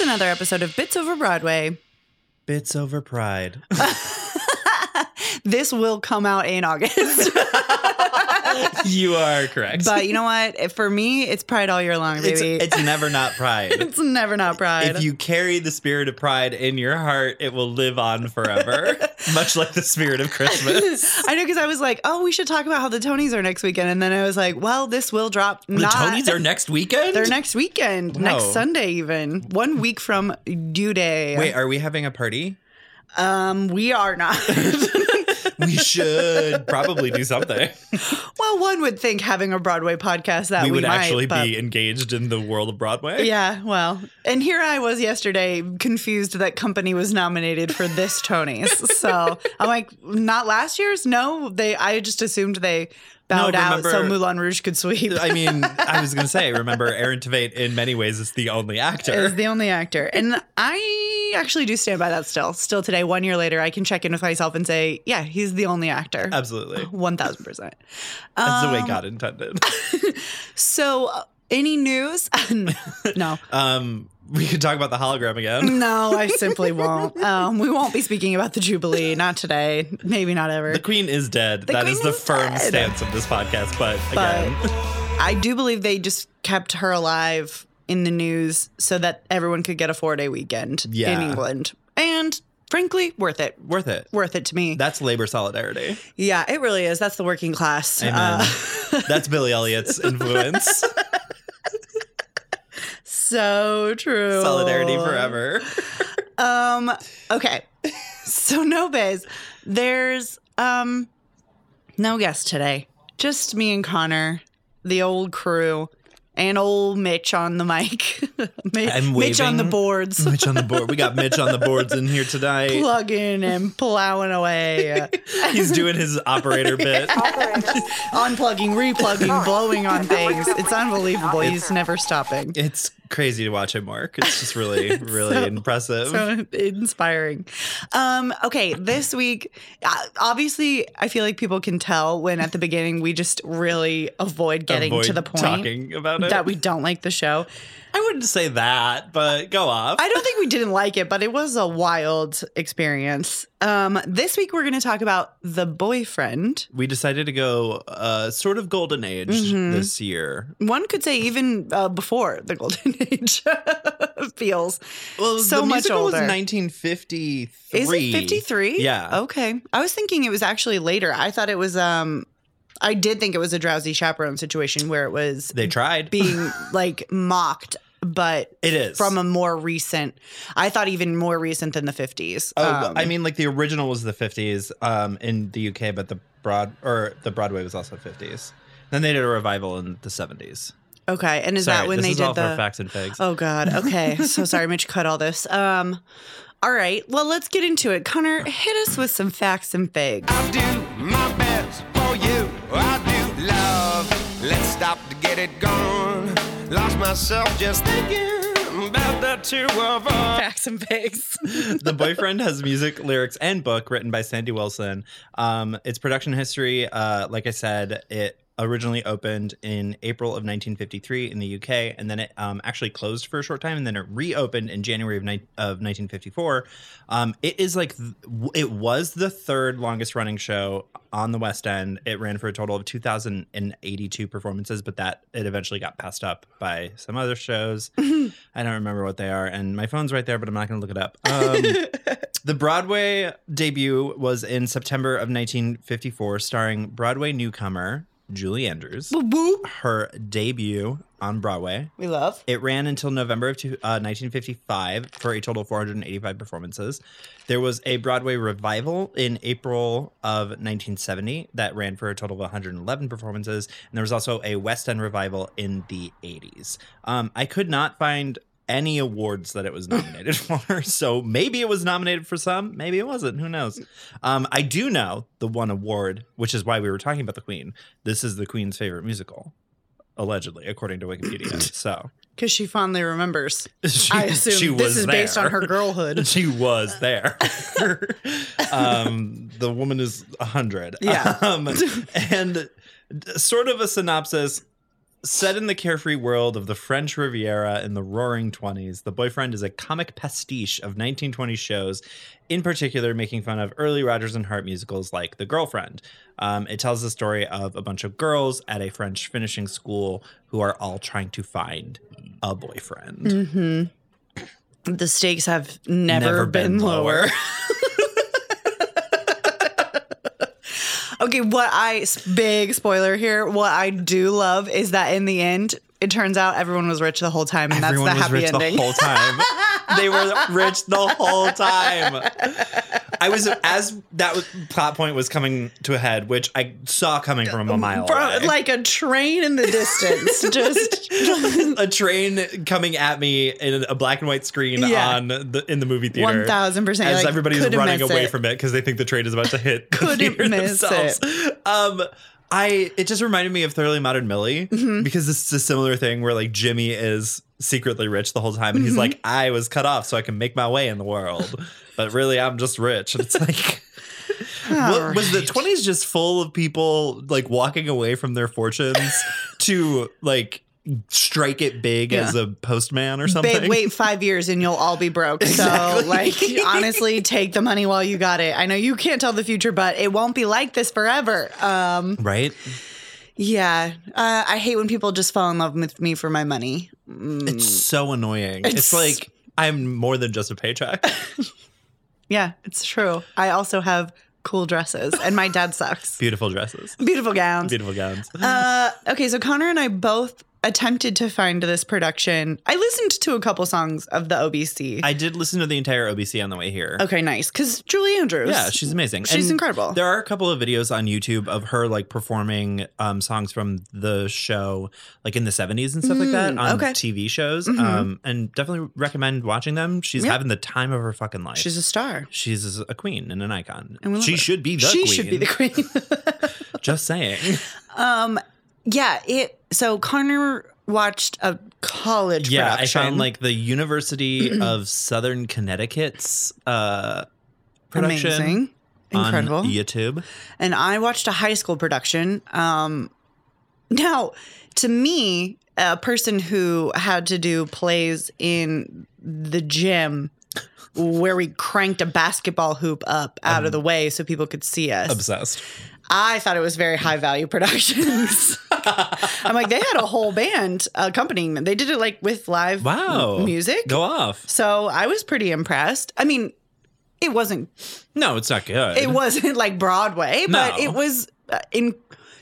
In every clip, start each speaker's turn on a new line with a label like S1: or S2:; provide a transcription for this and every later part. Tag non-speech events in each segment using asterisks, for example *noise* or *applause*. S1: another episode of Bits Over Broadway.
S2: Bits over pride.
S1: This will come out in August.
S2: *laughs* you are
S1: *laughs*
S2: correct.
S1: but you know what? For me, it's pride all year long,
S2: it's,
S1: baby. It's, *laughs*
S2: it's never not pride.
S1: never not *laughs* pride.
S2: if you carry the spirit of pride in your heart, it will live
S1: *laughs*
S2: on forever, much like the spirit of Christmas.
S1: I know because I was like, oh, we should talk about how the Tonys are next weekend. And then I was like, well, this will drop.
S2: The
S1: not-
S2: Tonys are next
S1: *laughs*
S2: weekend.
S1: They're next weekend,
S2: Wow.
S1: next Sunday, even one week from due day.
S2: Wait, are we having
S1: *laughs*
S2: a party?
S1: um, we are
S2: *laughs*
S1: not. *laughs*
S2: We should probably do
S1: *laughs*
S2: something.
S1: well, one would think having a Broadway podcast that
S2: we
S1: we,
S2: would
S1: might,
S2: actually
S1: but-
S2: be engaged in the world of Broadway.
S1: Yeah, well, and here I was yesterday confused that company was nominated for this Tonys. so I'm like, not last year's? No, they. I just assumed they bowed out so
S2: remember-
S1: Moulin Rouge could sweep. *laughs*
S2: I mean, I was going to say, remember, Aaron Tveit in many ways is the only actor.
S1: Is the only actor, and I actually do stand by that still. Still today, one year later, I can check in with myself and say, yeah, he's the only actor.
S2: Absolutely.
S1: One thousand percent.
S2: That's the
S1: Um,
S2: way God intended.
S1: So, uh, any news? *laughs*
S2: *laughs*
S1: no,
S2: Um, we could talk about the hologram again.
S1: no, I simply won't. Um, we won't be speaking about the Jubilee. Not today. Maybe not ever.
S2: The queen is dead. That is
S1: queen
S2: the
S1: is
S2: firm
S1: dead.
S2: stance of this podcast. But
S1: But
S2: again, *laughs*
S1: I do believe they just kept her alive in the news so that everyone could get a four day weekend in
S2: Yeah.
S1: England. And frankly, worth it.
S2: worth it.
S1: Worth it to me.
S2: That's labor solidarity.
S1: yeah, it really is. That's the working class.
S2: Amen.
S1: Uh, *laughs*
S2: That's Billy Elliot's influence.
S1: so true.
S2: Solidarity forever.
S1: Um, okay. *laughs* so no biz. There's um no guest today. Just me and Connor, the old crew, and old Mitch on the mic. *laughs* Mi-
S2: I'm
S1: Mitch on the
S2: waving.
S1: boards.
S2: Mitch on the board. We got Mitch on the boards in here tonight.
S1: plugging and plowing
S2: *laughs*
S1: away,
S2: He's doing his
S1: *laughs*
S2: operator bit.
S1: unplugging, replugging, blowing
S2: *laughs*
S1: on things. It's unbelievable. He's never stopping.
S2: It's crazy to watch him work. It's
S1: *laughs*
S2: just really, really impressive.
S1: So inspiring. Um, okay, this week, uh, obviously, I feel like people can tell when at the beginning we just really avoid getting to
S2: Avoid
S1: the point
S2: talking about it.
S1: that we don't like the show.
S2: I wouldn't say that, but go off.
S1: I don't think we didn't like it, but it was a wild experience. Um, this week, we're going to talk about The Boyfriend.
S2: we decided to go uh, sort of golden age
S1: Mm-hmm.
S2: this year.
S1: one could say even uh, before the golden *laughs* age feels
S2: Well,
S1: So
S2: the
S1: much
S2: musical was
S1: older.
S2: 1953.
S1: is it 53
S2: Yeah.
S1: okay i was thinking it was actually later i thought it was um i did think it was a drowsy chaperone situation where it was
S2: They *laughs* tried.
S1: being like mocked but
S2: it is
S1: from a more recent i thought even more recent than the 50s
S2: Oh,
S1: Um,
S2: I mean, like the original was the 50s um, in the UK, but the broad or the Broadway was also 50s. Then they did a revival in the 70s.
S1: okay and is
S2: Sorry,
S1: that when
S2: this
S1: they
S2: is
S1: did
S2: all
S1: the
S2: for facts and figs?
S1: Oh God. Okay. so sorry, Mitch cut all this. Um all right. Well, let's get into it. Connor, hit us with some facts and figs.
S3: I do my best for you. I do love. Let's stop to get it gone. Lost myself just thinking about the two of us.
S1: Facts and figs.
S2: the boyfriend has music lyrics and book written by sandy wilson um, its production history uh, like i said it originally opened in april of 1953 in the uk and then it um, actually closed for a short time and then it reopened in january of, ni- of 1954 um, it is like th- w- it was the third longest running show on the west end it ran for a total of 2082 performances but that it eventually got passed up by some other shows I don't remember what they are, and my phone's right there, but I'm not going to look it up. Um, the Broadway debut was in September of 1954, starring Broadway newcomer Julie Andrews. Her debut on Broadway.
S1: We love.
S2: It ran until November of two, uh, 1955 for a total of 485 performances. There was a Broadway revival in April of 1970 that ran for a total of 111 performances. And there was also a West End revival in the 80s. Um, I could not find any awards that it was nominated *laughs* for. So maybe it was nominated for some, maybe it wasn't. Who knows? Um, I do know the one award, which is why we were talking about the Queen. This is the Queen's favorite musical. Allegedly, according to Wikipedia. So
S1: Because she fondly remembers.
S2: *laughs* she,
S1: I assume
S2: she
S1: this
S2: was
S1: is based on
S2: there.
S1: her girlhood.
S2: *laughs* She was
S1: *laughs*
S2: there. um, the woman is 100. *laughs*
S1: Yeah.
S2: Um, and d- sort of a synopsis Set in the carefree world of the French Riviera in the roaring 20s, The Boyfriend is a comic pastiche of 1920s shows, in particular, making fun of early Rodgers and Hart musicals like The Girlfriend. Um, it tells the story of a bunch of girls at a French finishing school who are all trying to find a boyfriend.
S1: The stakes have never, been, lower.
S2: *laughs*
S1: *laughs* Okay, what I s- big spoiler here. What I do love is that in the end, it turns out everyone was rich the whole time, and
S2: Everyone
S1: that's
S2: was
S1: the happy
S2: rich
S1: ending.
S2: the
S1: *laughs*
S2: whole time. they were rich the whole time. I was as that was, plot point was coming to a head, which I saw coming from
S1: *laughs*
S2: a mile
S1: Bro,
S2: away.
S1: like a train in the distance, just
S2: *laughs* a train coming at me in a black and white screen
S1: Yeah.
S2: on the in the movie theater.
S1: one thousand percent.
S2: as
S1: like,
S2: everybody's
S1: couldn't
S2: running
S1: miss
S2: away
S1: it.
S2: from it because they think the train is about to hit *laughs* the
S1: Couldn't
S2: theater
S1: miss
S2: themselves. Um, I it just reminded me of Thoroughly Modern Millie
S1: Mm-hmm.
S2: because this is a similar thing where like Jimmy is secretly rich the whole time
S1: Mm-hmm.
S2: and he's like, I was cut off so I can make my way in the world, but really I'm just
S1: *laughs*
S2: rich. And it's like. wa- Was the
S1: Alright.
S2: 20s just full of people like walking away from
S1: *laughs*
S2: their fortunes to like strike it big
S1: Yeah.
S2: as a postman or something?
S1: Babe, wait five years and you'll all be broke. So, like,
S2: *laughs*
S1: honestly, take the money while you got it. I know you can't tell the future, but it won't be like this forever. Um,
S2: Right?
S1: yeah, uh, I hate when people just fall in love with me for my money.
S2: It's so annoying.
S1: Mm. It's-
S2: It's, like I'm more than just a paycheck. *laughs*
S1: Yeah, it's true. I also have cool dresses, and my dad sucks.
S2: Beautiful dresses,
S1: Beautiful gowns.
S2: *laughs* beautiful gowns.
S1: Uh, okay, so Connor and I both attempted to find this production. I listened to a couple songs of the OBC.
S2: I did listen to the entire OBC on the way here.
S1: okay, nice. Because Julie Andrews.
S2: Yeah, she's amazing.
S1: She's incredible.
S2: There are a couple of videos on YouTube of her like performing um, songs from the show, like in the '70s and stuff like that,
S1: Mm,
S2: on
S1: okay. Mm-hmm.
S2: TV shows. Um, and definitely recommend watching them. She's
S1: Yeah.
S2: having the time of her fucking life.
S1: She's
S2: She's
S1: a star.
S2: She's a queen and an icon.
S1: And we love
S2: she
S1: her.
S2: should be the
S1: she
S2: queen.
S1: should be the *laughs*
S2: *laughs*
S1: queen.
S2: Just saying.
S1: yeah, it. So Connor watched a college.
S2: yeah, I
S1: production.
S2: found like
S1: *clears throat*
S2: the University of Southern Connecticut's uh, production.
S1: amazing, incredible.
S2: on E- YouTube.
S1: and I watched a high school production. Um, now, to me, a person who had to do plays in the gym where we cranked a basketball hoop up out
S2: Um,
S1: of the way so people could see us.
S2: Obsessed.
S1: I thought it was very high value
S2: *laughs*
S1: productions. I'm like, they had a whole band accompanying them. They did it like with live
S2: Wow.
S1: m- music.
S2: Go off.
S1: So I was pretty impressed. I mean, it wasn't
S2: No, it's not good.
S1: it wasn't *laughs* like Broadway, but
S2: No.
S1: it was uh, in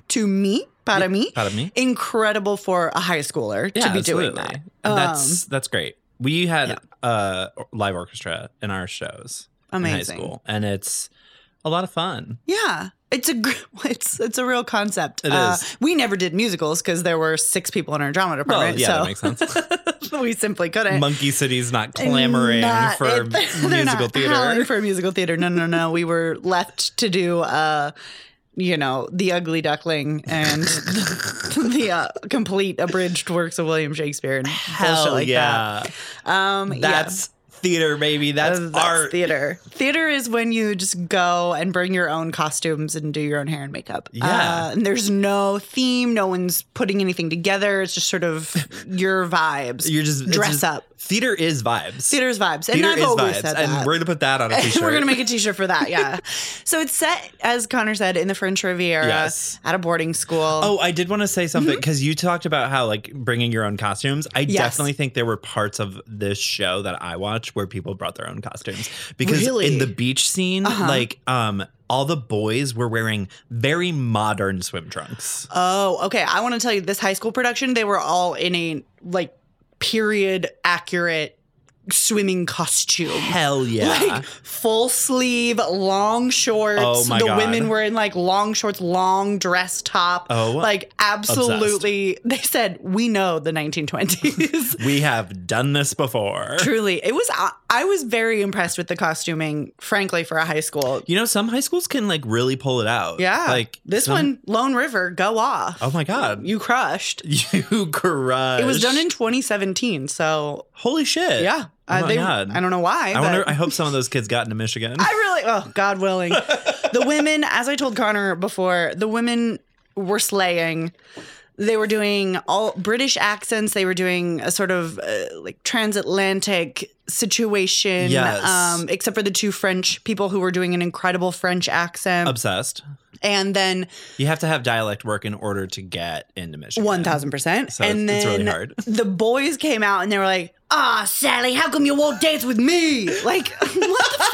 S1: to me, para me,
S2: Pardon me.
S1: incredible for a high schooler
S2: Yeah,
S1: to be doing
S2: absolutely.
S1: that. Um,
S2: And that's that's great. We had uh live orchestra in our shows in high
S1: Amazing.
S2: school, and it's a lot of fun.
S1: Yeah. It's a gr- *laughs* it's it's a real concept.
S2: It
S1: uh,
S2: is.
S1: We never did musicals because there were six people in our drama
S2: Well,
S1: department,
S2: yeah, that makes sense.
S1: so *laughs* we simply couldn't.
S2: Monkey City's not clamoring
S1: Not-
S2: for
S1: it- *laughs* they're
S2: musical
S1: not howling
S2: theater.
S1: for musical theater. No, no, no. we were left to do, uh, you know, The Ugly Duckling and *laughs* the uh, complete abridged works of William Shakespeare and bullshit
S2: Hell
S1: like
S2: yeah,
S1: that. Um, yeah.
S2: that's theater, baby. That's,
S1: That's
S2: art.
S1: theater. Theater is when you just go and bring your own costumes and do your own hair and makeup.
S2: Yeah.
S1: Uh, and there's no theme. No one's putting anything together. It's just sort
S2: *laughs*
S1: of your vibes.
S2: You're just it's
S1: dress
S2: just-
S1: up.
S2: Theater is vibes.
S1: Theater's vibes. And
S2: Theater
S1: I've
S2: is
S1: always
S2: vibes,
S1: said that.
S2: and *laughs* we're gonna put
S1: *laughs*
S2: that on a t-shirt.
S1: We're gonna make a T-shirt for that, yeah. *laughs* so it's set, as Connor said, in the French Riviera
S2: Yes.
S1: at a boarding school.
S2: Oh, I did want to say something because you talked about how like bringing your own costumes. I
S1: Mm-hmm. Yes.
S2: definitely think there were parts of this show that I watched where people brought their own costumes because
S1: Really? Uh-huh.
S2: in the beach scene, like um, all the boys were wearing very modern swim trunks.
S1: Oh, okay. I want to tell you, this high school production, they were all in a like period accurate swimming costume.
S2: Hell yeah!
S1: *laughs* Like full sleeve, long shorts.
S2: Oh my
S1: the
S2: God.
S1: women were in like long shorts, long dress top.
S2: Oh,
S1: like absolutely. They said, "We know the 1920s."
S2: we have done this before.
S1: Truly, it was. I, I was very impressed with the costuming, frankly, for a high school.
S2: You know, some high schools can like really pull it out.
S1: Yeah,
S2: like
S1: this
S2: some-
S1: one, Lone River, go off.
S2: Oh my god!
S1: you crushed.
S2: *laughs* You crush.
S1: It was done in 2017, so
S2: holy shit.
S1: yeah.
S2: Oh
S1: Uh,
S2: my
S1: they,
S2: God.
S1: I don't know why.
S2: I
S1: but-
S2: wonder. I hope some
S1: *laughs*
S2: of those kids got into Michigan.
S1: I really, oh, God willing. the women, as I told Connor before, the women were slaying. they were doing all British accents. They were doing a sort of uh, like transatlantic situation.
S2: Yes.
S1: Um, except for the two French people who were doing an incredible French accent.
S2: Obsessed.
S1: and then
S2: You have to have dialect work in order to get into Michigan.
S1: One thousand percent.
S2: So
S1: and then
S2: it's- it's really hard.
S1: the boys came out and they were like, "Ah, Sally, how come you won't dance with me?" Like, *laughs* what the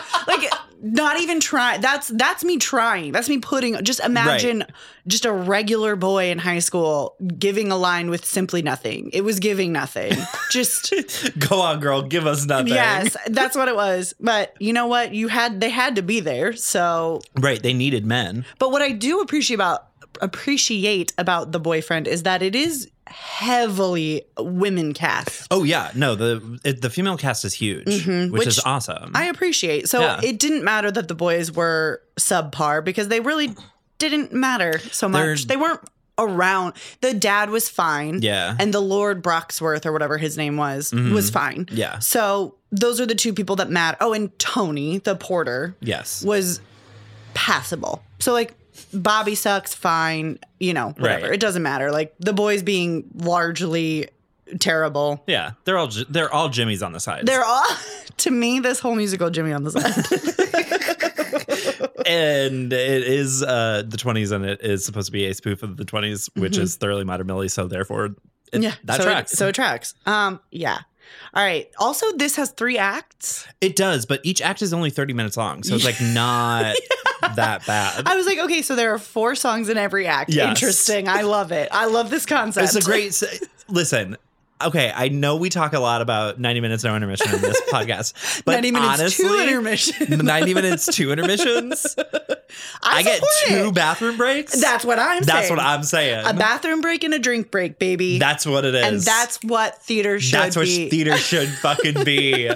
S1: fuck? Like, not even try. That's that's me trying. That's me putting. Just imagine, just a regular boy in high school giving a line with simply nothing. It was giving nothing.
S2: *laughs*
S1: Just
S2: *laughs* Go on, girl. Give us nothing.
S1: yes, that's what it was. But you know what? You had they had to be there. So
S2: Right. They needed men.
S1: but what I do appreciate about appreciate about the boyfriend is that it is heavily women cast.
S2: Oh yeah. No. The it, the female cast is huge, which, is
S1: Mm-hmm. Which
S2: awesome.
S1: I appreciate. So
S2: Yeah.
S1: it didn't matter that the boys were subpar because they really didn't matter so much.
S2: They're-
S1: they weren't around. The dad was fine.
S2: Yeah. Mm-hmm.
S1: And the Lord Broxworth or whatever his name was was fine.
S2: Yeah.
S1: So those are the two people that matter. Oh, and Tony, the porter,
S2: yes.
S1: was passable. So like Bobby sucks, fine, you know, whatever.
S2: Right.
S1: It doesn't matter. Like the boys being largely terrible.
S2: yeah. They're all Ji- they're all Jimmys on the side.
S1: They're all *laughs* to me this whole musical Jimmy on the side.
S2: and it is uh the 20s and it is supposed to be a spoof of the 20s which is thoroughly modern millie so therefore it,
S1: Mm-hmm. yeah.
S2: *laughs* that
S1: so
S2: tracks
S1: It, so it tracks. Um yeah. All right. Also this has 3 acts.
S2: it does but each act is only 30 minutes long so
S1: *laughs*
S2: it's like not that bad
S1: I was like, okay, so there are four songs in every act.
S2: Yes.
S1: Interesting. I love it. I love this concept.
S2: it's a great s- listen okay i know we talk a lot about 90 minutes no intermission in
S1: *laughs*
S2: this podcast but
S1: 90 minutes
S2: honestly
S1: to intermission.
S2: 90 minutes
S1: *laughs*
S2: two intermissions i, get
S1: support
S2: two
S1: it.
S2: bathroom breaks
S1: That's what I'm
S2: That's
S1: saying.
S2: what i'm saying
S1: a bathroom break and a drink break, baby.
S2: that's what it is
S1: and that's what theater should
S2: That's what
S1: be. *laughs*
S2: theater should fucking be.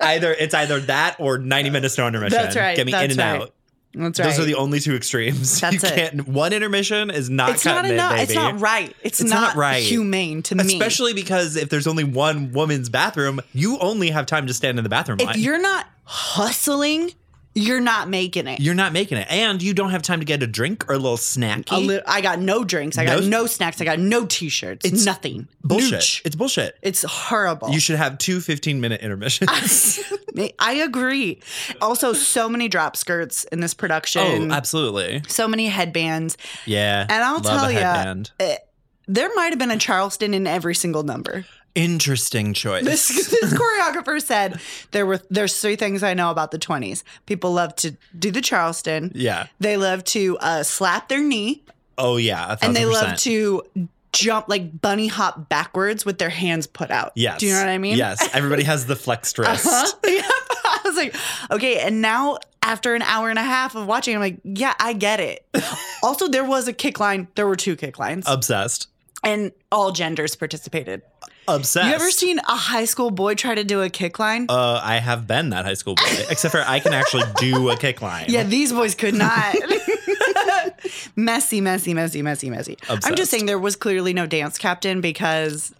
S2: either it's either that or 90 minutes no intermission.
S1: That's right,
S2: Get me in
S1: that's
S2: and
S1: right.
S2: out.
S1: That's right.
S2: Those are the only two extremes. *laughs*
S1: That's
S2: you
S1: it.
S2: can't one intermission is not
S1: it's not
S2: cutting
S1: enough.
S2: it, baby.
S1: It's not right. It's,
S2: It's
S1: not,
S2: not right.
S1: humane to me.
S2: Especially because if there's only one woman's bathroom, you only have time to stand in the bathroom
S1: if
S2: line.
S1: you're not hustling, you're not making it.
S2: You're not making it. And you don't have time to get a drink or a little snacky.
S1: A li- I got no drinks. I got
S2: No-
S1: no, snacks. I got no t-shirts.
S2: It's
S1: nothing.
S2: bullshit.
S1: Nooch.
S2: It's bullshit.
S1: It's horrible.
S2: You should have two 15
S1: *laughs*
S2: minute intermissions.
S1: I agree. Also, so many drop skirts in this production.
S2: oh, absolutely.
S1: so many headbands.
S2: Yeah.
S1: And I'll
S2: Love
S1: tell
S2: a
S1: ya,
S2: headband.
S1: There might have been a Charleston in every single number.
S2: Interesting choice.
S1: This, this choreographer said there were there's three things I know about the 20s. People love to do the Charleston.
S2: *laughs* yeah.
S1: They love to uh, slap their knee
S2: Oh yeah, a
S1: and they
S2: thousand
S1: love
S2: percent.
S1: to jump like bunny hop backwards with their hands put out.
S2: Yes.
S1: Do you know what I mean? *laughs* Uh-huh.
S2: Yes. Everybody has the flexed wrist.
S1: Huh? Yep. I was like, okay. And now after an hour and a half of watching, I'm like, yeah, I get it.
S2: *laughs*
S1: also, there was a kick line. There were two kick lines,
S2: Obsessed.
S1: and all genders participated.
S2: Obsessed.
S1: You ever seen a high school boy try to do a kick line?
S2: Uh, I have been that high school boy, except for I can actually do a kick line.
S1: *laughs* Yeah, these boys could not. *laughs* messy, messy, messy, messy, messy. I'm
S2: Obsessed.
S1: just saying there was clearly no dance captain because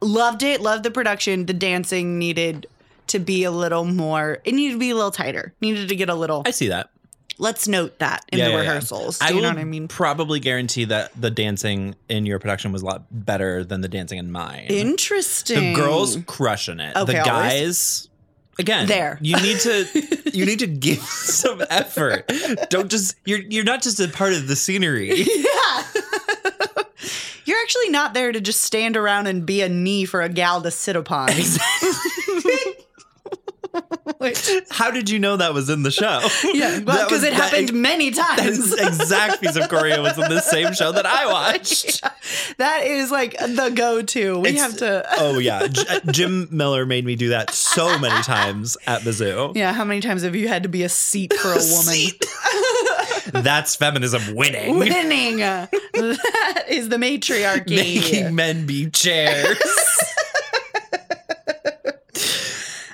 S1: loved it, loved the production. The dancing needed to be a little more, it needed to be a little tighter, needed to get a little.
S2: I see that.
S1: Let's note that in
S2: Yeah,
S1: the
S2: yeah, yeah.
S1: rehearsals. Do you know
S2: will
S1: what I mean?
S2: Probably guarantee that the dancing in your production was a lot better than the dancing in mine.
S1: Interesting.
S2: the girls crushing it.
S1: Okay,
S2: the
S1: always.
S2: guys. Again,
S1: There.
S2: you need to
S1: *laughs*
S2: you need to give *laughs* some effort. Don't just you're you're not just a part of the scenery.
S1: You're actually not there to just stand around and be a knee for a gal to sit upon. *laughs*
S2: *laughs* How did you know that was in
S1: *laughs*
S2: the show?
S1: yeah,
S2: That was-
S1: because it
S2: that-
S1: happened many times.
S2: This exact piece of choreo was in the same show that
S1: *laughs*
S2: I watched.
S1: That is like the go-to. We
S2: It's-
S1: have to.
S2: Oh yeah, J- uh, Jim Miller made me do that so many times at the zoo.
S1: Yeah, how many times have you had to be a seat for
S2: *laughs*
S1: a woman?
S2: Seat. That's feminism winning. *laughs*
S1: Winning. that is the matriarchy. *laughs*
S2: Making men be chairs. I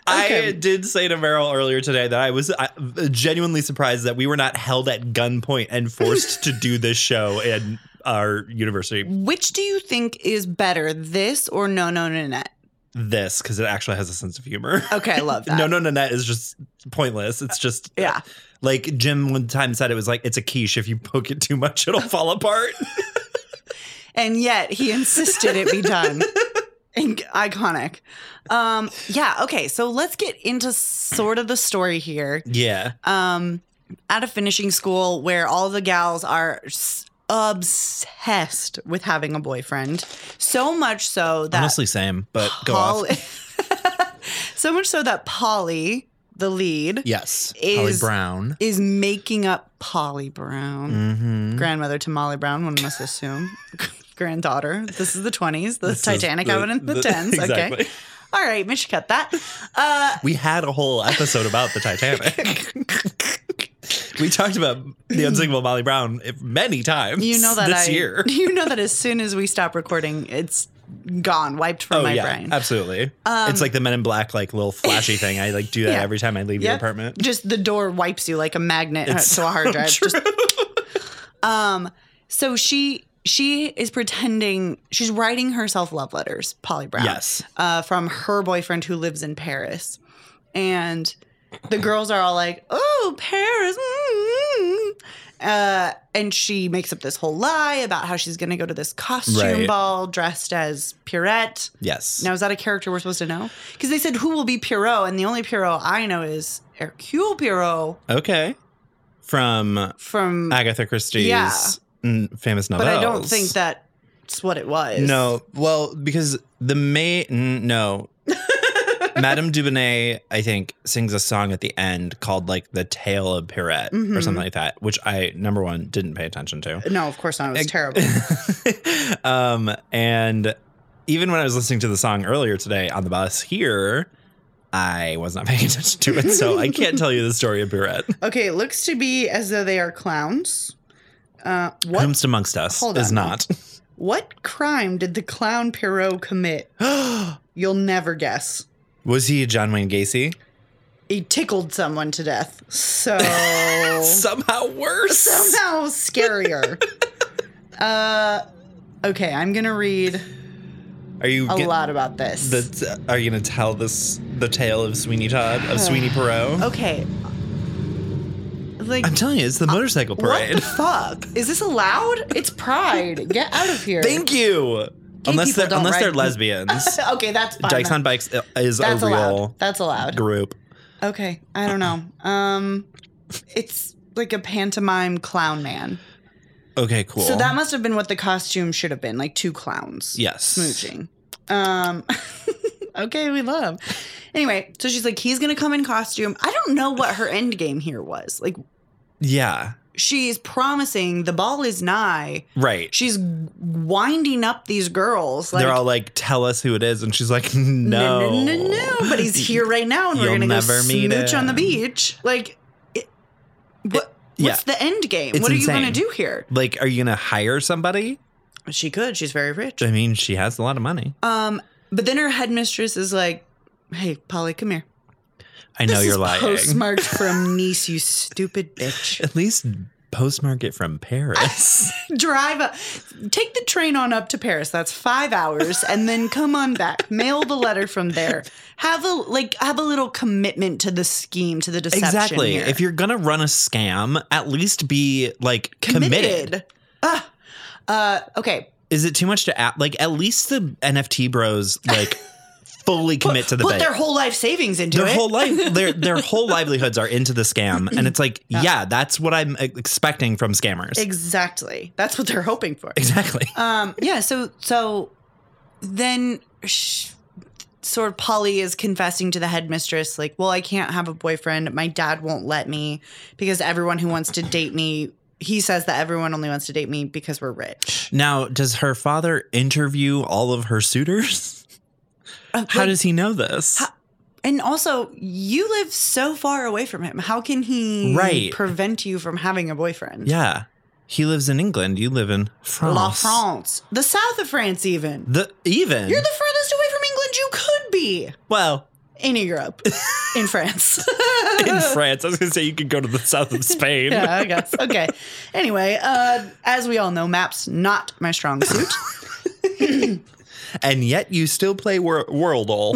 S1: Okay.
S2: did say to Meryl earlier today that I was I, genuinely surprised that we were not held at gunpoint and forced to do this show in our university.
S1: Which do you think is better, this or No No Nanette?
S2: This because it actually has a sense of humor.
S1: Okay, I love that.
S2: *laughs* No, no, no, that is just pointless. It's just
S1: Yeah. *laughs*
S2: Like Jim one time said, it was like it's a quiche. If you poke it too much, it'll fall apart.
S1: and yet he insisted it be
S2: *laughs*
S1: done. In- iconic. Um, yeah. Okay. So let's get into sort of the story here.
S2: Yeah.
S1: Um, at a finishing school where all the gals are s- obsessed with having a boyfriend, so much so that
S2: Honestly, same, but go off.
S1: *laughs* so much so that Polly, the lead,
S2: Yes. Holly
S1: Is-
S2: Brown.
S1: is making up Polly Brown,
S2: Mm-hmm.
S1: grandmother to Molly Brown, one must assume. *laughs* Granddaughter. This is the 20s. The
S2: This is
S1: Titanic
S2: the-
S1: happened in the,
S2: the- *laughs*
S1: 10s. Okay.
S2: exactly.
S1: All right, Mitch, cut that. Uh,
S2: *laughs* We had a whole episode about
S1: *laughs*
S2: the Titanic. we talked about the unsinkable Molly Brown if- many times.
S1: you know that
S2: this
S1: I,
S2: year.
S1: *laughs* You know that as soon as we stop recording, it's gone, wiped from
S2: Oh
S1: my
S2: yeah,
S1: brain.
S2: absolutely.
S1: Um,
S2: it's like the Men in Black, like little flashy thing. I like do
S1: *laughs*
S2: that
S1: Yeah.
S2: every time I leave your
S1: Yep.
S2: apartment.
S1: Just the door wipes you like a magnet
S2: It's
S1: to a hard
S2: so
S1: drive. Just
S2: true. *laughs*
S1: Um, so she she is pretending she's writing herself love letters, Polly Brown.
S2: Yes.
S1: Uh, from her boyfriend who lives in Paris, and the girls are all like, "Oh, Paris." mm, mm." Uh, and she makes up this whole lie about how she's going to go to this costume
S2: Right.
S1: ball dressed as Pierrette.
S2: yes.
S1: Now, is that a character we're supposed to know? Because they said who will be Pierrot, and the only Pierrot I know is Hercule Pierrot
S2: Okay. From
S1: from.
S2: Agatha Christie's
S1: Yeah.
S2: mm, famous novels.
S1: but I don't think that's what it was.
S2: No, well, because the May mm, no,
S1: *laughs*
S2: Madame Dubonnet, I think, sings a song at the end called like "The Tale of Pirette" or
S1: Mhm.
S2: something like that, which I number one didn't pay attention to.
S1: No, of course not. It was terrible.
S2: *laughs* um, and even when I was listening to the song earlier today on the bus here, I was not paying *laughs* attention to it, so I can't tell you the story of Pirette.
S1: Okay, it looks to be as though they are clowns. Uh, *laughs* what
S2: Whomst amongst us
S1: Hold
S2: is
S1: on.
S2: not.
S1: what crime did the clown Pierrot
S2: *gasps*
S1: commit? *gasps* You'll never guess.
S2: was he John Wayne Gacy?
S1: He tickled someone to death.
S2: *laughs*
S1: So
S2: Somehow worse.
S1: Oh. somehow
S2: *laughs*
S1: scarier. uh, okay, I'm gonna read
S2: Are you
S1: a
S2: get-
S1: lot about this.
S2: The, are you gonna tell this the tale of Sweeney Todd
S1: *sighs*
S2: of Sweeney Perot?
S1: okay, like
S2: I'm telling you, it's the motorcycle
S1: Uh, what the
S2: parade.
S1: fuck? Is this allowed? It's Pride. Get out of here.
S2: *laughs* Thank you. unless
S1: people
S2: they're
S1: don't
S2: unless they're
S1: ride-
S2: lesbians,
S1: okay, that's *laughs* fine.
S2: Dykes on Bikes i- is
S1: That's
S2: a real
S1: allowed. That's allowed.
S2: group.
S1: Okay, I don't know. Um, it's like a pantomime clown man.
S2: Okay, cool.
S1: So that must have been what the costume should have been, like two clowns.
S2: yes,
S1: Smooching. Um, *laughs* okay, we love. Anyway, so she's like, he's gonna come in costume. I don't know what her end game here was. Like,
S2: Yeah,
S1: she's promising the ball is nigh.
S2: right.
S1: She's winding up these girls. Like,
S2: they're all like, "Tell us who it is," and she's like, *laughs* "No,
S1: no, no, no, no, But
S2: *laughs*
S1: he's here right now, and we're
S2: You'll
S1: gonna
S2: never
S1: go
S2: meet
S1: smooch on the
S2: him.
S1: beach. Like, it, what?
S2: yeah.
S1: What's the end game?
S2: It's
S1: what are you
S2: insane.
S1: gonna do here?
S2: Like, are you gonna hire somebody?
S1: She could. She's very rich.
S2: I mean, she has a lot of money.
S1: Um, but then her headmistress is like, "Hey, Polly, come here.
S2: I know
S1: This
S2: you're
S1: is
S2: lying. *laughs*
S1: Postmarked from Nice, you stupid bitch.
S2: At least postmark it from Paris.
S1: *laughs* Drive up, take the train on up to Paris. That's five hours, and then come on
S2: *laughs*
S1: back. Mail the letter from there. Have a like, have a little commitment to the scheme, to the deception.
S2: Exactly.
S1: here.
S2: If you're gonna run a scam, at least be like committed.
S1: Ah. Uh, okay.
S2: Is it too much to add? Like at least the NFT bros
S1: *laughs*
S2: like fully commit to the
S1: Put
S2: bait.
S1: their whole life savings into
S2: Their
S1: it. *laughs*
S2: whole life, their their whole livelihoods are into the scam, and it's like, yeah, that's what I'm e- expecting from scammers.
S1: exactly. That's what they're hoping for.
S2: exactly.
S1: *laughs* Um, yeah. So so then sh sort of Polly is confessing to the headmistress, like, well, I can't have a boyfriend. My dad won't let me because everyone who wants to date me, he says that everyone only wants to date me because we're rich.
S2: Now, does her father interview all of her suitors?
S1: Uh,
S2: How
S1: like-
S2: does he know this?
S1: How- and also, you live so far away from him. How can he
S2: Right.
S1: prevent you from having a boyfriend?
S2: yeah, he lives in England. You live in France.
S1: La France, the south of France, even.
S2: The even.
S1: You're the furthest away from England you could be
S2: well.
S1: in Europe, in France.
S2: *laughs* in France. I was gonna say you could go to the south of Spain.
S1: yeah,
S2: *laughs*
S1: I guess. Okay. Anyway, uh, as we all know, maps not my strong suit.
S2: And yet you still play wor-
S1: *laughs*
S2: Worldle.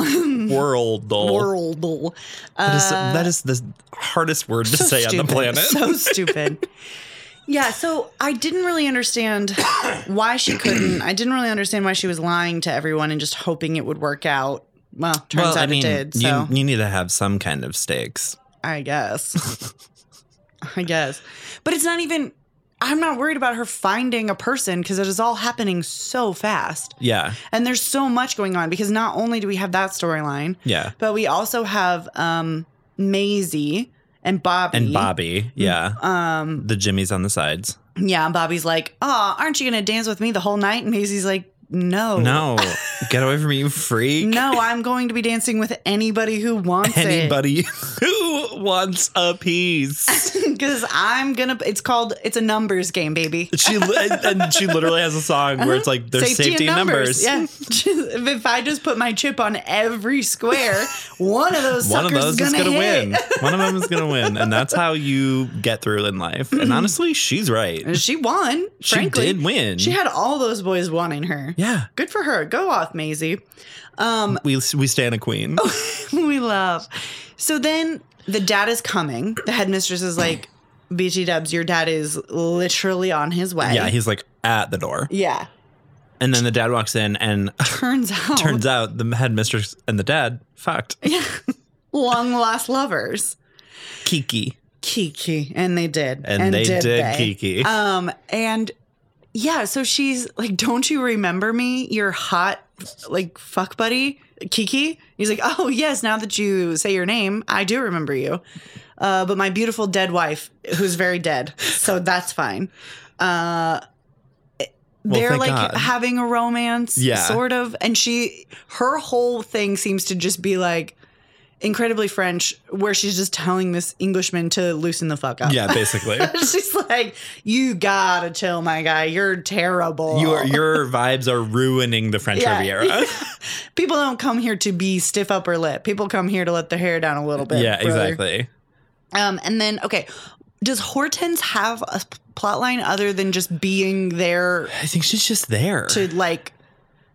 S2: Worldle.
S1: Worldle.
S2: That is,
S1: Uh,
S2: that is the hardest word to
S1: so
S2: say on
S1: stupid.
S2: the planet.
S1: So stupid. Yeah, so I didn't really understand why she couldn't. I didn't really understand why she was lying to everyone and just hoping it would work out. Well, turns out it did. So
S2: you, you need to have some kind of stakes.
S1: I guess. I guess. But it's not even I'm not worried about her finding a person because it is all happening so fast.
S2: Yeah,
S1: And there's so much going on because not only do we have that storyline,
S2: yeah,
S1: but we also have um Maisie and Bobby.
S2: and Bobby. Yeah,
S1: Mm, Um
S2: the Jimmy's on the sides.
S1: Yeah, and Bobby's like, "Oh, aren't you gonna dance with me the whole night?" And Maisie's like, "No,
S2: No, get away from me, you freak!
S1: Oh. no, I'm going to be dancing with anybody who wants *laughs*
S2: Anybody *laughs* who wants a piece.
S1: it, because I'm gonna." It's called it's a numbers game, baby.
S2: She li- and she literally has a song where it's like *laughs* there's safety, in numbers.
S1: Yeah, *laughs* if I just put my chip on every square, one of those
S2: One of
S1: suckers
S2: those
S1: is gonna,
S2: is gonna
S1: hit.
S2: win. One of them is gonna win, and that's how you get through in life. And honestly, she's right.
S1: Mm-hmm. She won.
S2: She
S1: frankly,
S2: did win.
S1: She had all those boys wanting her.
S2: Yeah,
S1: Good for her. Go off, Maisie.
S2: we we stand a queen.
S1: *laughs* we love. So then the dad is coming. The headmistress is like, BG Dubs, your dad is literally on his way.
S2: Yeah, he's like at the door,
S1: yeah.
S2: and then the dad walks in, and *laughs*
S1: Turns out, *laughs*
S2: turns out the headmistress and the dad fucked
S1: long lost lovers.
S2: Kiki,
S1: Kiki. And they did.
S2: and, they did,
S1: they. *laughs*
S2: Kiki.
S1: Um, and yeah, so she's like, Don't you remember me? Your hot, like, fuck buddy, Kiki? He's like, Oh, yes, now that you say your name, I do remember you. Uh, but my beautiful dead wife, who's very dead, so that's fine. Uh,
S2: Well,
S1: they're
S2: thank
S1: like
S2: God.
S1: having a romance,
S2: Yeah.
S1: sort of. And she, her whole thing seems to just be like incredibly French, where she's just telling this Englishman to loosen the fuck up.
S2: yeah, basically.
S1: *laughs* She's like, you gotta chill, my guy. You're terrible.
S2: Your your vibes are ruining the French
S1: Yeah. *laughs*
S2: Riviera.
S1: People don't come here to be stiff upper lip. People come here to let their hair down a little bit.
S2: yeah,
S1: brother.
S2: exactly.
S1: Um, and then okay, does Hortense have a p- plot line other than just being there
S2: I think she's just there.
S1: to like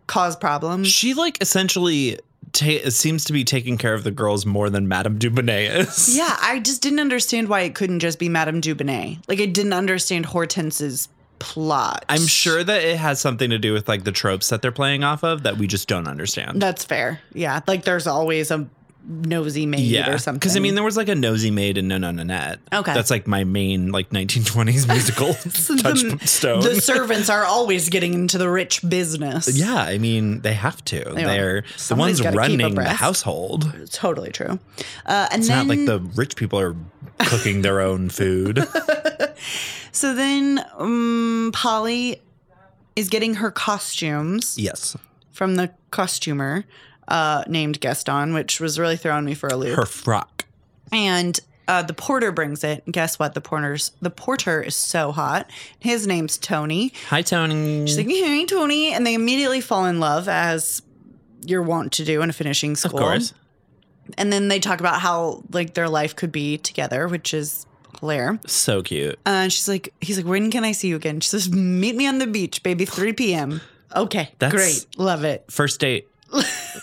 S1: cause problems?
S2: she like essentially ta- seems to be taking care of the girls more than Madame Dubonnet is.
S1: Yeah, I just didn't understand why it couldn't just be Madame Dubonnet. Like I didn't understand Hortense's plot.
S2: I'm sure that it has something to do with like the tropes that they're playing off of that we just don't understand.
S1: that's fair. Yeah, like there's always a nosy maid
S2: yeah,
S1: or something.
S2: because
S1: *laughs*
S2: I mean, there was like a nosy maid in No No Nanette.
S1: Okay.
S2: that's like my main like
S1: *laughs*
S2: 1920s musical *laughs* touchstone.
S1: the servants are always getting into the rich business.
S2: *laughs* yeah, I mean, they have to.
S1: They are.
S2: They are the
S1: Somebody's
S2: ones
S1: gotta keep
S2: running the
S1: abreast.
S2: household. It's
S1: totally true. Uh, and then,
S2: not like the rich people are cooking their
S1: *laughs*
S2: own food.
S1: so then um, Polly is getting her costumes
S2: yes,
S1: from the costumer uh, named Gaston, which was really throwing me for a loop.
S2: her frock.
S1: and uh, the porter brings it. And guess what? The porter's the porter is so hot. His name's Tony.
S2: Hi, Tony.
S1: She's like, hey, Tony, and they immediately fall in love as you're wont to do in a finishing
S2: of
S1: school.
S2: course.
S1: and then they talk about how like their life could be together, which is hilarious.
S2: So cute.
S1: Uh, and she's like, he's like, when can I see you again? She says, meet me on the beach, baby, 3 p.m. Okay,
S2: That's-
S1: great, love it.
S2: First
S1: *laughs*
S2: date.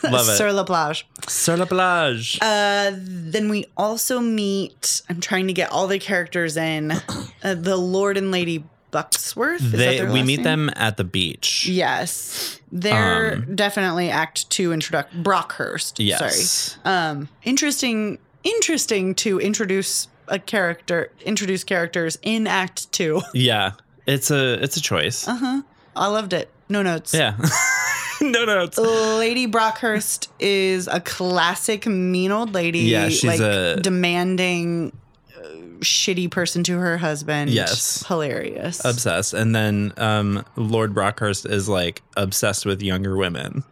S2: Love it.
S1: Sur la plage.
S2: Sur la plage.
S1: Uh, then we also meet. I'm trying to get all the characters in. Uh, the Lord and Lady Bucksworth. Is that
S2: they,
S1: their
S2: we
S1: last
S2: meet
S1: name?
S2: them at the beach.
S1: Yes, they're
S2: Um,
S1: definitely Act Two introduct Brockhurst.
S2: Yes.
S1: Sorry. Um, interesting. Interesting to introduce a character, introduce characters in Act Two.
S2: Yeah. It's a it's a choice.
S1: Uh huh. I loved it. No notes.
S2: Yeah. *laughs* no notes.
S1: Lady Brockhurst is a classic mean old lady.
S2: Yeah, she's
S1: like
S2: a-
S1: demanding, uh, shitty person to her husband.
S2: Yes.
S1: hilarious.
S2: Obsessed. And then um Lord Brockhurst is like obsessed with younger women.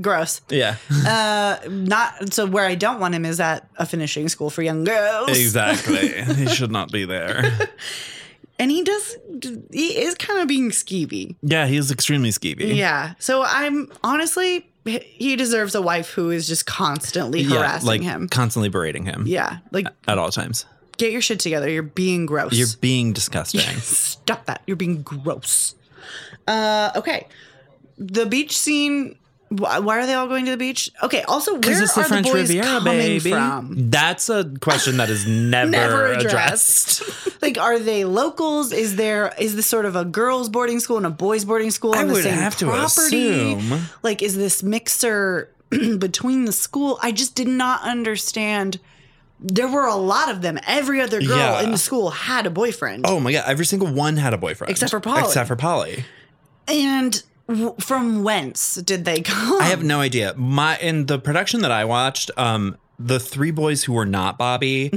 S1: Gross.
S2: Yeah.
S1: Uh, not so. Where I don't want him is at a finishing school for young girls.
S2: *laughs* exactly. he should not
S1: *laughs*
S2: be there.
S1: And he does. He is kind of being skeevy.
S2: Yeah, he's extremely skeevy.
S1: Yeah. So I'm honestly, he deserves a wife who is just constantly
S2: Yeah,
S1: harassing
S2: like
S1: him.
S2: constantly berating him.
S1: Yeah. Like,
S2: At all times.
S1: get your shit together. You're being gross. *laughs*
S2: You're being disgusting.
S1: Stop that. You're being gross. Uh, okay. The beach scene Why, why are they all going to the beach? Okay. Also,
S2: Because
S1: where
S2: it's the
S1: are
S2: French
S1: the boys
S2: Riviera,
S1: coming
S2: baby.
S1: from?
S2: That's a question that
S1: *laughs*
S2: is never,
S1: Never
S2: addressed.
S1: addressed. *laughs* like, are they locals? Is there is this sort of a girls' boarding school and a boys' boarding school on
S2: I
S1: the
S2: would
S1: same
S2: have to
S1: property?
S2: assume.
S1: Like, is this mixer *clears throat* between the school? I just did not understand. There were a lot of them. Every other girl
S2: Yeah.
S1: in the school had a boyfriend.
S2: Oh my god! Every single one had a boyfriend,
S1: Except for Polly.
S2: Except for Polly.
S1: And w- from whence did they come?
S2: I have no idea. My in the production that I watched, um, the three boys who were not
S1: *laughs*
S2: Bobby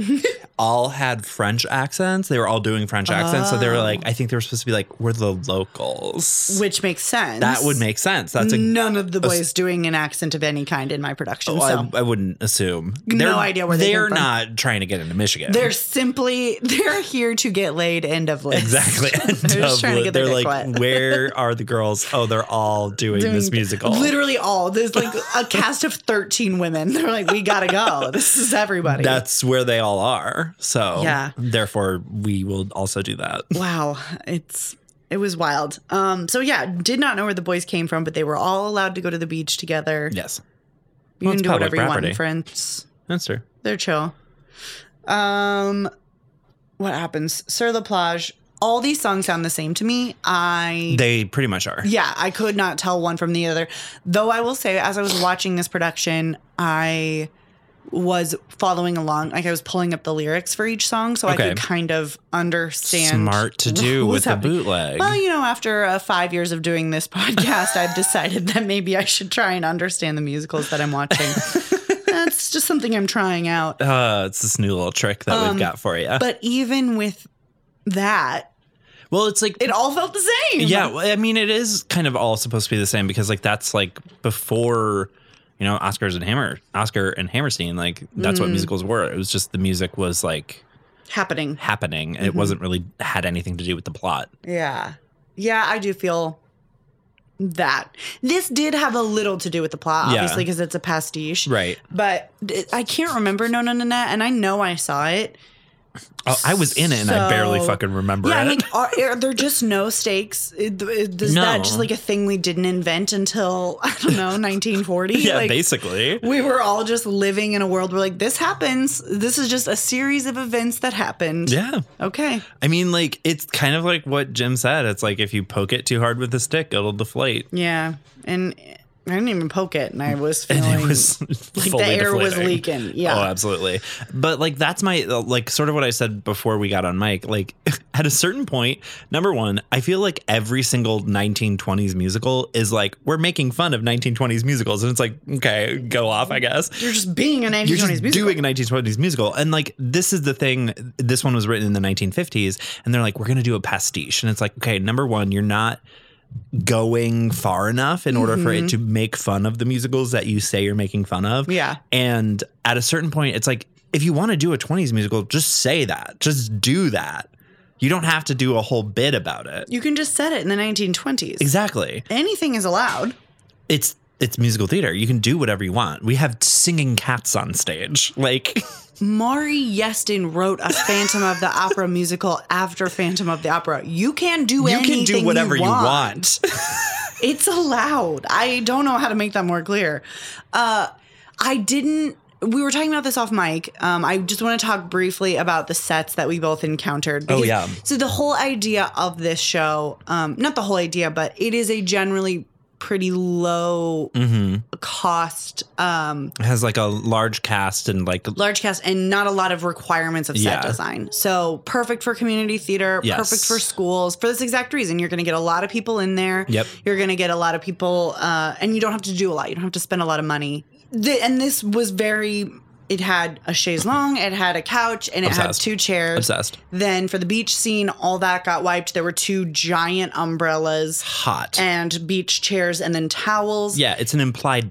S2: all had French accents. They were all doing French accents, so they were like, I think they were supposed to be like, we're the locals.
S1: Which makes sense.
S2: that would make sense. That's a
S1: none of the boys doing an accent of any kind in my production. so
S2: I, I wouldn't assume.
S1: No idea where they
S2: are
S1: came from.
S2: not trying to get into Michigan.
S1: they're simply they're here to get laid. End of list. *laughs*
S2: *laughs* exactly.
S1: they're just trying to get their
S2: they're
S1: dick
S2: like,
S1: *laughs* wet.
S2: where are the girls? Oh, they're all doing, this musical.
S1: Literally all. There's
S2: *laughs*
S1: like a cast of thirteen women. They're like, we gotta go. This is everybody.
S2: That's where they all are. So
S1: Yeah.
S2: therefore we will also do that.
S1: wow. It's it was wild. Um. So yeah, did not know where the boys came from, but they were all allowed to go to the beach together.
S2: Yes.
S1: you
S2: Well,
S1: can
S2: it's
S1: do
S2: public
S1: whatever you
S2: property.
S1: want, friends.
S2: That's true.
S1: They're chill. Um, what happens? Sur La Plage. All these songs sound the same to me. I
S2: They pretty much are.
S1: yeah, I could not tell one from the other. Though I will say, as I was watching this production, I was following along. Like I was pulling up the lyrics for each song, so I
S2: Okay.
S1: could kind of understand.
S2: Smart to
S1: *laughs*
S2: do
S1: what was
S2: with the
S1: happening.
S2: bootleg.
S1: Well, you know, after uh, five years of doing this *laughs* podcast, I've decided that maybe I should try and understand the musicals that I'm
S2: *laughs*
S1: watching. That's just something I'm trying out.
S2: Uh, it's this new little trick that
S1: Um,
S2: we've got for you.
S1: But even with that,
S2: well, it's like
S1: it all felt the same.
S2: Yeah, well, I mean, it is kind of all supposed to be the same because like that's like before, you know, Oscars and Hammer, Oscar and Hammerstein. Like that's
S1: Mm-hmm.
S2: what musicals were. It was just the music was like
S1: Happening.
S2: happening. It
S1: Mm-hmm.
S2: wasn't really had anything to do with the plot.
S1: Yeah. Yeah, I do feel that. This did have a little to do with the plot,
S2: Yeah.
S1: obviously, because it's a pastiche.
S2: Right.
S1: But it- I can't remember No No Nanette, and I know I saw it.
S2: Oh, I was in it and I barely
S1: So-
S2: fucking remember
S1: Yeah, I
S2: it.
S1: mean, are, are there just no stakes? Is is
S2: No.
S1: that just like a thing we didn't invent until, *laughs* I don't know, 1940?
S2: *laughs* *laughs* yeah,
S1: like,
S2: basically.
S1: we were all just living in a world where like this happens. This is just a series of events that happened.
S2: Yeah.
S1: Okay.
S2: I mean, like, it's kind of like what Jim said. It's like if you poke it too hard with a stick, it'll deflate.
S1: Yeah. And I didn't even poke it, and I was feeling
S2: and it was *laughs*
S1: like the
S2: fully
S1: air was
S2: deflating.
S1: leaking. Yeah.
S2: Oh, absolutely. But like that's my uh, like sort of what I said before we got on mic. Like *laughs* at a certain point, number one, I feel like every single 1920s musical is like we're making fun of 1920s musicals, and it's like okay, go off, I guess.
S1: You're just being an
S2: You're
S1: 1920s
S2: just
S1: musical.
S2: doing a 1920s musical, and like this is the thing. This one was written in the 1950s, and they're like, we're gonna do a pastiche, and it's like, okay, number one, you're not going far enough in order for
S1: Mm-hmm.
S2: it to make fun of the musicals that you say you're making fun of.
S1: Yeah.
S2: And at a certain point, it's like, if you want to do a 20s musical, just say that. Just do that. You don't have to do a whole bit about it.
S1: you can just set it in the 1920s.
S2: Exactly.
S1: Anything is allowed.
S2: It's it's musical theater. You can do whatever you want. We have singing cats on stage. Like *laughs*
S1: Mari Yestin wrote a Phantom of the Opera musical after Phantom of the Opera. You can do
S2: you
S1: anything
S2: can do whatever you want.
S1: It's allowed. I don't know how to make that more clear. Uh, I didn't. We were talking about this off mic. Um, I just want to talk briefly about the sets that we both encountered.
S2: Oh, yeah.
S1: So the whole idea of this show, um, not the whole idea, but it is a generally pretty low
S2: Mm-hmm.
S1: cost, um,
S2: It has like a large cast and like
S1: large cast, and not a lot of requirements of set
S2: Yeah.
S1: design. So perfect for community theater,
S2: Yes.
S1: perfect for schools for this exact reason. You're going to get a lot of people in there.
S2: Yep.
S1: You're going to get a lot of people, uh, and you don't have to do a lot. You don't have to spend a lot of money. The, and this was very. It had a chaise longue, it had a couch, and it had
S2: Obsessed.
S1: two chairs.
S2: obsessed.
S1: Then for the beach scene, all that got wiped. There were two giant
S2: *sighs*
S1: umbrellas
S2: Hot.
S1: and beach chairs, and then towels.
S2: yeah, it's an implied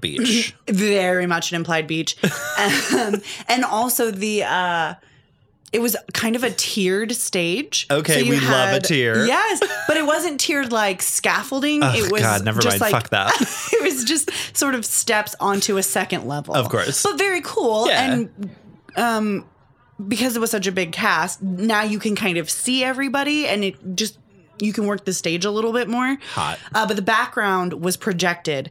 S1: *laughs*
S2: beach.
S1: Very much an implied
S2: *laughs*
S1: beach. um, and also the. Uh, it was kind of a tiered stage.
S2: Okay,
S1: you
S2: we love a tier.
S1: Yes, but it wasn't tiered like
S2: *laughs*
S1: scaffolding.
S2: Ugh,
S1: it was
S2: God, never
S1: just
S2: mind.
S1: like
S2: Fuck that.
S1: *laughs* it was just sort of steps onto a second level.
S2: Of course.
S1: But very cool.
S2: Yeah.
S1: And um because it was such a big cast, now you can kind of see everybody and it just you can work the stage a little bit more.
S2: Hot.
S1: Uh, but the background was projected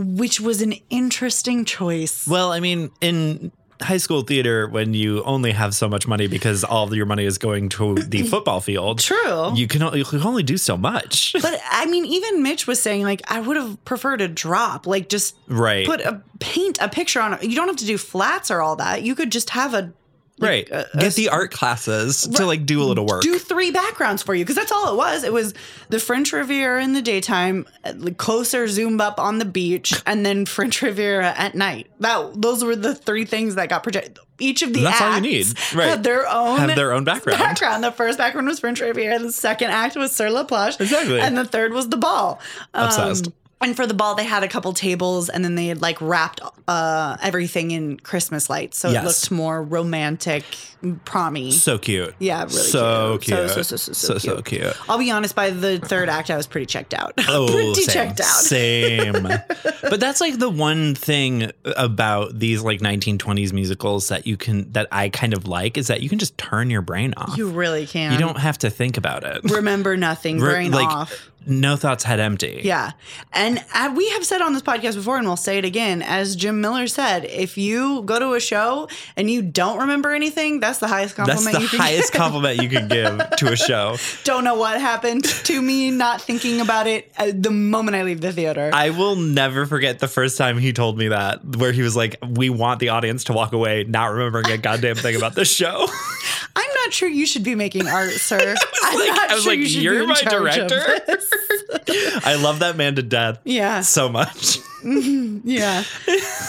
S1: which was an interesting choice.
S2: Well, I mean, in high school theater, when you only have so much money because all of your money is going
S1: *laughs*
S2: to the football field,
S1: True.
S2: you can, o- you can only do so much. *laughs*
S1: but I mean, even Mitch was saying, like, I would have preferred a drop, like, just
S2: Right.
S1: put a paint a picture on it. You don't have to do flats or all that. You could just have a
S2: right.
S1: a-
S2: Get the art classes to
S1: uh, Right.
S2: like do a little work.
S1: do three backgrounds for you because that's all it was. It was the French Riviera in the daytime, uh, like, closer zoomed up on the
S2: *laughs*
S1: beach, and then French Riviera at night. That those were the three things that got projected. Each of the
S2: That's all you
S1: acts
S2: need. Right.
S1: had their own
S2: Have their own background.
S1: background. The first background was French Riviera. The second act was Sir La Plush.
S2: Exactly.
S1: And the third was the ball. Um,
S2: Obsessed.
S1: and for the ball, they had a couple tables, and then they had like wrapped uh, everything in Christmas lights, so
S2: Yes.
S1: it looked more romantic, promy.
S2: So cute.
S1: Yeah, really
S2: so
S1: cute. So,
S2: cute.
S1: so, so, so, so
S2: so
S1: cute.
S2: cute.
S1: I'll be honest, by the third act, I was pretty checked out. *laughs*
S2: Oh,
S1: pretty
S2: same,
S1: checked out. *laughs*
S2: Same. but that's like the one thing about these like 1920s musicals that you can that I kind of like is that you can just turn your brain off.
S1: You really can.
S2: You don't have to think about it.
S1: remember nothing,
S2: Re-
S1: brain
S2: like
S1: off.
S2: no thoughts head empty.
S1: Yeah. And uh, we have said on this podcast before, and we'll say it again, as Jim Miller said, if you go to a show and you don't remember anything, that's the highest
S2: That's
S1: compliment
S2: the
S1: you can
S2: highest
S1: get.
S2: compliment you can give to a show.
S1: *laughs* don't know what happened to me, not thinking about it uh, the moment I leave the theater.
S2: I will never forget the first time he told me that, where he was like, "We want the audience to walk away not remembering a goddamn thing about this
S1: *laughs*
S2: show."
S1: I'm not sure you should be making art, sir. I'm
S2: like-
S1: not
S2: *laughs* I was
S1: sure
S2: like,
S1: you should
S2: "You're
S1: be in
S2: my
S1: charge of
S2: director?"
S1: this. *laughs*
S2: I love that man to death
S1: yeah.
S2: so much.
S1: Yeah.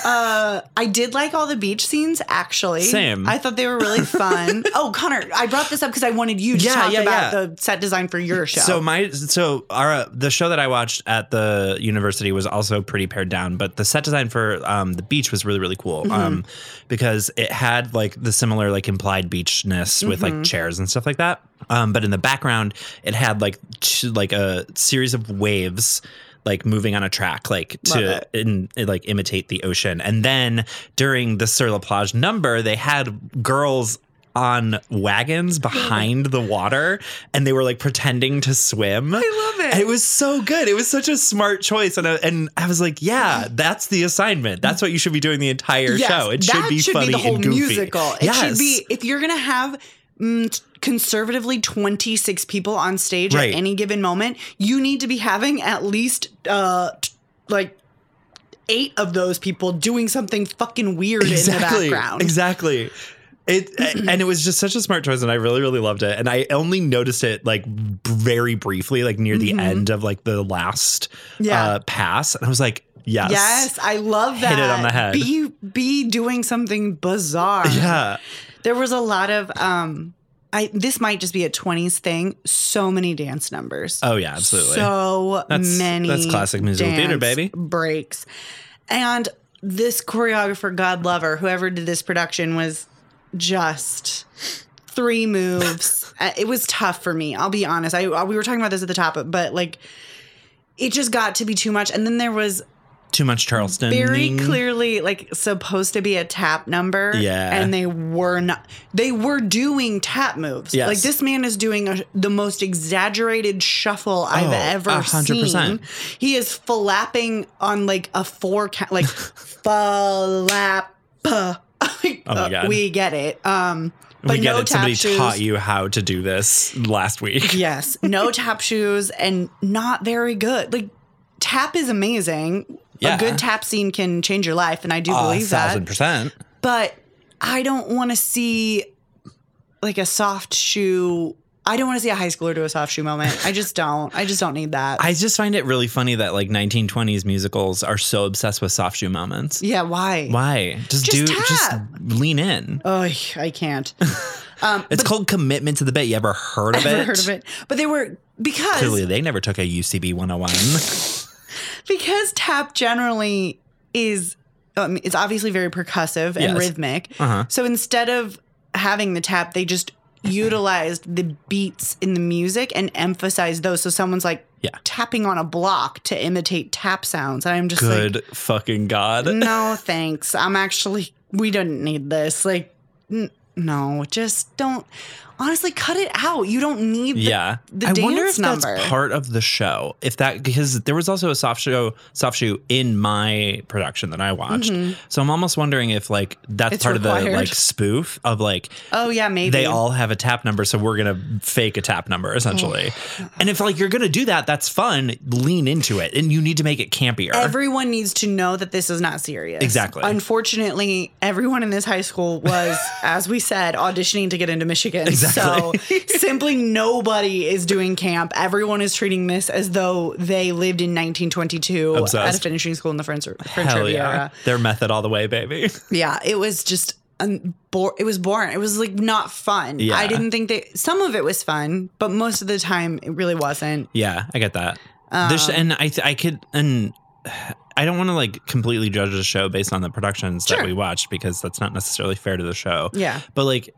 S1: Uh, I did like all the beach scenes, actually.
S2: Same.
S1: I thought they were
S2: *laughs*
S1: really fun. oh, Connor, I brought this up because I wanted you to
S2: Yeah,
S1: talk
S2: yeah,
S1: about
S2: yeah.
S1: the set design for your show.
S2: So my so our uh, the show that I watched at the university was also pretty pared down, but the set design for um, the beach was really really cool
S1: Mm-hmm.
S2: um, because it had like the similar like implied beachness with
S1: Mm-hmm.
S2: like chairs and stuff like that. Um, but in the background, it had like ch- like a series of waves. Like moving on a track, like
S1: Love
S2: to
S1: it.
S2: in, eh, like imitate the ocean, and then during the Sur La Plage number, they had girls on wagons
S1: Oh
S2: behind the water and they were like pretending to swim. I
S1: love it.
S2: It was so good. It was such a smart choice. And I, and I was like, yeah, that's the assignment. That's what you should be doing the entire
S1: Yes,
S2: show. It should
S1: that
S2: be
S1: should
S2: funny
S1: be the whole
S2: and goofy.
S1: musical. It
S2: yes.
S1: should be if you're gonna have mm, t- conservatively 26 people on stage
S2: Right.
S1: at any given moment, you need to be having at least uh t- like eight of those people doing something fucking weird in
S2: exactly,
S1: the background.
S2: Exactly. It and it was just such a smart choice, and I really, really loved it. And I only noticed it like b- very briefly, like near the end of like the last
S1: Mm-hmm. Yeah.
S2: uh, pass, and I was like, yes,
S1: Yes, I love
S2: Hit
S1: that.
S2: it on the head.
S1: Be be doing something bizarre.
S2: *laughs* yeah.
S1: There was a lot of um I this might just be a 20s thing. So many dance numbers.
S2: Oh yeah, absolutely.
S1: So
S2: That's-
S1: many
S2: that's classic musical theater,
S1: dance
S2: baby.
S1: Breaks. And this choreographer, God lover, whoever did this production was just three
S2: *laughs*
S1: moves. Uh, it was tough for me. I'll be honest. I, I we were talking about this at the top, but like it just got to be too much. And then there was
S2: Too much Charleston.
S1: very clearly like supposed to be a tap number.
S2: Yeah.
S1: And they were not they were doing tap moves.
S2: Yes.
S1: Like this man is doing a, the most exaggerated shuffle I've
S2: Oh,
S1: ever
S2: a hundred
S1: seen.
S2: percent.
S1: He is flapping on like a four count
S2: *laughs*
S1: like flap. *laughs* Like,
S2: Oh my
S1: uh,
S2: God.
S1: we get it. Um but
S2: We get
S1: no
S2: it. Somebody
S1: tap shoes.
S2: taught you how to do this last week.
S1: Yes,
S2: *laughs*
S1: no tap shoes and not very good. Like tap is amazing.
S2: Yeah.
S1: A good tap scene can change your life, and I do believe
S2: thousand
S1: that.
S2: percent.
S1: But I don't want to see like a soft shoe. I don't want to see a high schooler do a soft shoe moment. I just don't. I just don't need that.
S2: I just find it really funny that like 1920s musicals are so obsessed with soft shoe moments.
S1: yeah, why?
S2: Why? Just,
S1: Just
S2: do.
S1: tap.
S2: Just lean in.
S1: Ugh, I
S2: *laughs*
S1: can't.
S2: it's called commitment to the bit. You ever heard of
S1: Never
S2: it?
S1: heard of it. But they were because
S2: Clearly, they never took a UCB 101.
S1: because tap generally is um, it's obviously very percussive and
S2: Yes.
S1: rhythmic.
S2: Uh-huh.
S1: So instead of having the tap, they just utilized the beats in the music and emphasized those. So someone's like
S2: Yeah.
S1: tapping on a block to imitate tap sounds, and I'm just
S2: Good fucking god.
S1: like, no, thanks. I'm actually we didn't need this. Like, n- no, just don't. Honestly, cut it out. You don't need the,
S2: yeah.
S1: the
S2: I
S1: dance
S2: wonder if
S1: number.
S2: that's part of the show. If that because there was also a soft show soft shoe in my production that I watched. So I'm almost wondering if like that's
S1: Mm-hmm. It's
S2: part of the
S1: required.
S2: like spoof of like
S1: oh yeah, maybe
S2: they all have a tap number, so we're gonna fake a tap number essentially.
S1: Oh,
S2: and if like you're gonna do that, that's fun. Lean into it, and you need to make it campier.
S1: Everyone needs to know that this is not serious.
S2: Exactly.
S1: Unfortunately, everyone in this high school was,
S2: *laughs*
S1: as we said, auditioning to get into Michigan.
S2: Exactly.
S1: So simply nobody is doing camp. Everyone is treating this as though they lived in 1922 at a
S2: Obsessed.
S1: finishing school in the French, French
S2: Hell yeah,
S1: Riviera.
S2: their method all the way, baby. *laughs*
S1: Yeah, it was just un- bore. It was boring. It was like not fun.
S2: Yeah.
S1: I didn't think that some of it was fun, but most of the time it really wasn't.
S2: Yeah, I get that. This
S1: Um,
S2: and I th- I could and I don't want to like completely judge the show based on the productions
S1: Sure.
S2: that we watched because that's not necessarily fair to the show.
S1: Yeah.
S2: But like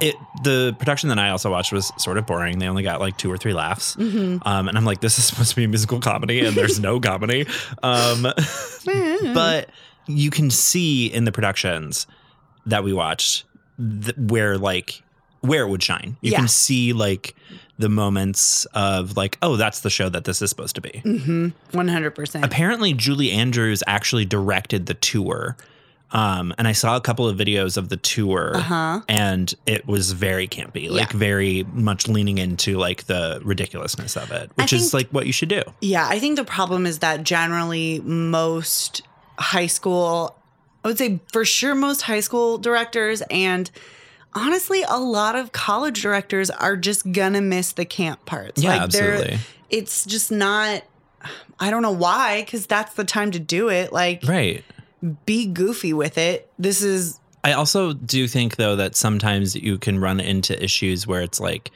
S2: it the production that I also watched was sort of boring. They only got like two or three laughs.
S1: Mm-hmm.
S2: Um and I'm like this is supposed to be a musical comedy and there's no comedy. Um
S1: Mm-hmm. Mm.
S2: but you can see in the productions that we watched th- where like where it would shine. You
S1: Yeah.
S2: can see like the moments of like, oh, that's the show that this is supposed to be.
S1: Mm-hmm. 100%.
S2: Apparently, Julie Andrews actually directed the tour. Um, and I saw a couple of videos of the tour,
S1: Uh-huh.
S2: and it was very campy, like very much leaning into like the ridiculousness of it, which is
S1: think-
S2: like what you should do.
S1: Yeah, I think the problem is that generally most high school, I would say for sure most high school directors and honestly a lot of college directors are just gonna miss the camp parts.
S2: Yeah,
S1: they're-
S2: absolutely.
S1: It's just not I don't know why cuz that's the time to do it. Like
S2: Right.
S1: be goofy with it. This is
S2: I also do think though that sometimes you can run into issues where it's like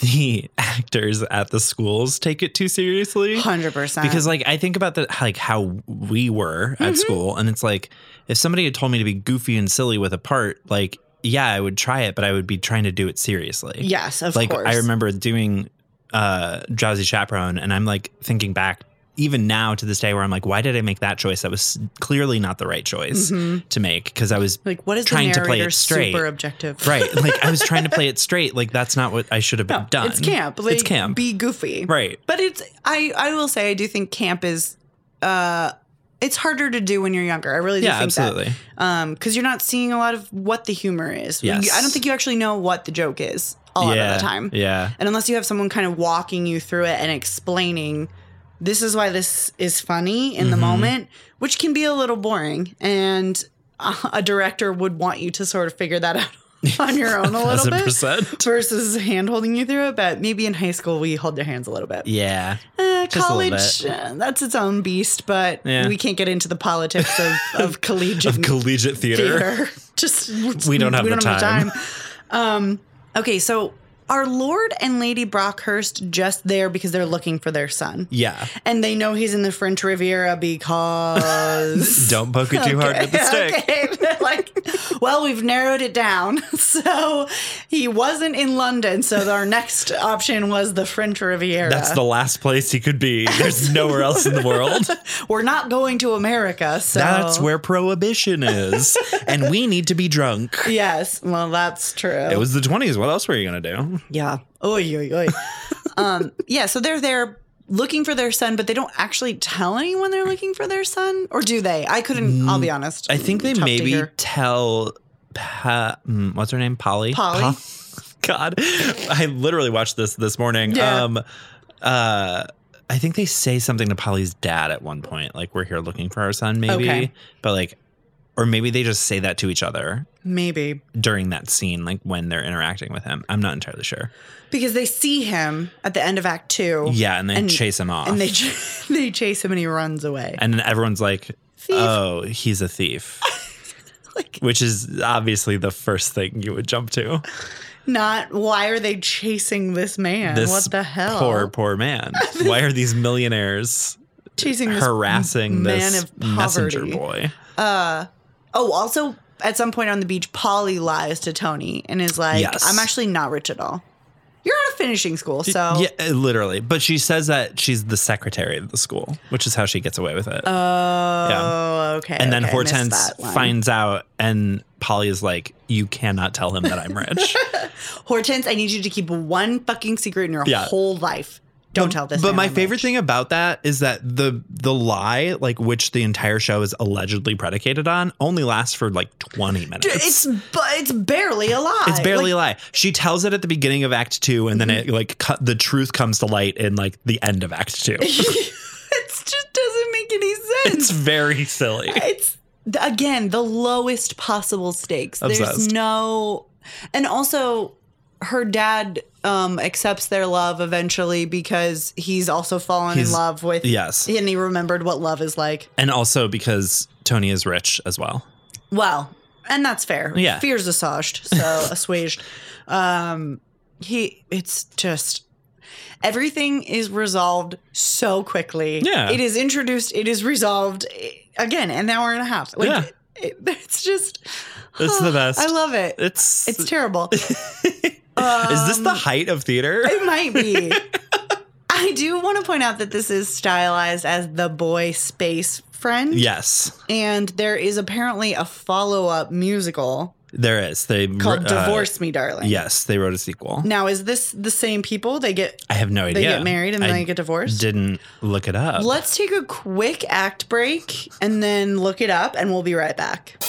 S2: the *laughs* actors at the schools take it too seriously.
S1: 100%.
S2: because like I think about the like how we were
S1: Mm-hmm.
S2: at school, and it's like if somebody had told me to be goofy and silly with a part, like yeah, I would try it, but I would be trying to do it seriously.
S1: yes, of
S2: like
S1: course.
S2: I remember doing uh Drowsy Chaperone, and I'm like thinking back even now to this day where I'm like, why did I make that choice? That was clearly not the right choice
S1: Mm-hmm.
S2: to make because I was
S1: like what is
S2: trying
S1: the
S2: to play
S1: narrator
S2: it straight.
S1: super objective.
S2: Right. Like I was trying to play it straight. Like that's not what I should have
S1: No,
S2: done.
S1: It's camp. Like,
S2: it's camp.
S1: Be goofy.
S2: Right.
S1: But it's I I will say I do think camp is uh it's harder to do when you're younger. I really do
S2: Yeah,
S1: think
S2: absolutely.
S1: that. Um because you're not seeing a lot of what the humor is.
S2: Yes.
S1: You- I don't think you actually know what the joke is a lot
S2: yeah.
S1: of the time.
S2: Yeah.
S1: And unless you have someone kind of walking you through it and explaining this is why this is funny in the
S2: Mm-hmm.
S1: moment, which can be a little boring and *laughs* a a director would want you to sort of figure that
S2: *laughs*
S1: out on your own a little bit
S2: 1000%.
S1: versus hand holding you through it. But maybe in high school, we hold their hands a little bit.
S2: Yeah.
S1: Eh,
S2: a little
S1: college, uh, that's its own beast, but
S2: Yeah.
S1: we can't get into the politics of,
S2: *laughs*
S1: of collegiate
S2: Of *laughs* collegiate theater.
S1: theater. *laughs* Just
S2: We don't have the time.
S1: Um, okay, so are Lord and Lady Brockhurst just there because they're looking for their son?
S2: Yeah.
S1: And they know he's in the French Riviera because
S2: *laughs* Don't poke it too hard with the stick.
S1: *laughs* Okay. They're like, well, we've narrowed it down. *laughs* So he wasn't in London. So our next option was the French Riviera.
S2: That's the last place he could be.
S1: *laughs*
S2: There's nowhere else in the world.
S1: We're not going to America. So
S2: That's where prohibition is. and we need to be drunk.
S1: Yes. Well, that's true.
S2: It was the 20s. What else were you going to do?
S1: Yeah. Oy, oy,
S2: *laughs*
S1: oy. um, yeah. So they're there looking for their son, but they don't actually tell anyone they're looking for their son, or do they? I couldn't. I'll be honest.
S2: Mm, I think they
S1: Tough to
S2: maybe
S1: hear.
S2: tell pa- mm, what's her name, Polly.
S1: Polly.
S2: Pa- *laughs* God, I literally watched this this morning.
S1: Yeah.
S2: Um, uh, I think they say something to Polly's dad at one point, like "We're here looking for our son," maybe.
S1: Okay.
S2: But like, or maybe they just say that to each other
S1: maybe
S2: during that scene, like when they're interacting with him. I'm not entirely sure.
S1: because they see him at the end of Act Two.
S2: Yeah, and they
S1: And-
S2: chase him off,
S1: And they ch- *laughs* they chase him and he runs away.
S2: and then everyone's like,
S1: Thief.
S2: "Oh, he's a thief,"
S1: Like,
S2: which is obviously the first thing you would jump to.
S1: not why are they chasing this man?
S2: this
S1: what the hell?
S2: poor
S1: *laughs*
S2: poor man why are these millionaires
S1: chasing this
S2: harassing
S1: man
S2: this
S1: of poverty.
S2: messenger boy
S1: Oh, also at some point on the beach, Polly lies to Tony and is like,
S2: Yes.
S1: "I'm actually not rich at all." You're out of finishing school, so
S2: yeah, uh, literally. But she says that she's the secretary of the school, which is how she gets away with it.
S1: Oh,
S2: Yeah.
S1: okay.
S2: and then
S1: okay, I missed
S2: Hortense
S1: that line.
S2: finds out, and Polly is like, "You cannot tell him that I'm rich."
S1: Hortense, I need you to keep one fucking secret in your
S2: Yeah.
S1: whole life. *laughs* Don't tell this.
S2: But
S1: man
S2: my
S1: I'm
S2: favorite
S1: rich.
S2: thing about that is that the the lie, like which the entire show is allegedly predicated on, only lasts for like 20 minutes.
S1: Dude, it's but it's barely a lie.
S2: It's barely
S1: Like, Mm-hmm.
S2: a lie. She tells it at the beginning of Act Two, and then it like cut the truth comes to light in like the end of
S1: *laughs*
S2: Act Two.
S1: it just doesn't make any
S2: it's
S1: sense.
S2: very silly.
S1: It's, th- again the lowest possible stakes. There's
S2: Obsessed.
S1: no, and also her dad um accepts their love eventually because he's also fallen
S2: He's-
S1: in love with
S2: *laughs* yes.
S1: and he remembered what love is like.
S2: And also because Tony is rich as well.
S1: Well, and that's fair.
S2: Yeah.
S1: Fear's assuaged,
S2: *laughs*
S1: so assuaged. Um he it's just everything is resolved so quickly.
S2: Yeah.
S1: It is introduced, it is resolved eh, again, an hour and a half. Like
S2: Yeah.
S1: it, it's just
S2: It's the
S1: *sighs*
S2: best.
S1: I love it. It's, um,
S2: It's
S1: terrible.
S2: is this the height of theater?
S1: it might be. I do want to point out that this is stylized as the boy space friend.
S2: *laughs* yes,
S1: And there is apparently a follow-up musical
S2: there is. They
S1: called
S2: uh,
S1: Divorce Me Darling.
S2: Yes, they wrote a sequel.
S1: Now is this the same people? They get
S2: I have no idea.
S1: they get married and
S2: I
S1: then they get divorced?
S2: Didn't look it up.
S1: Let's take a quick act break and then look it up and we'll be right back.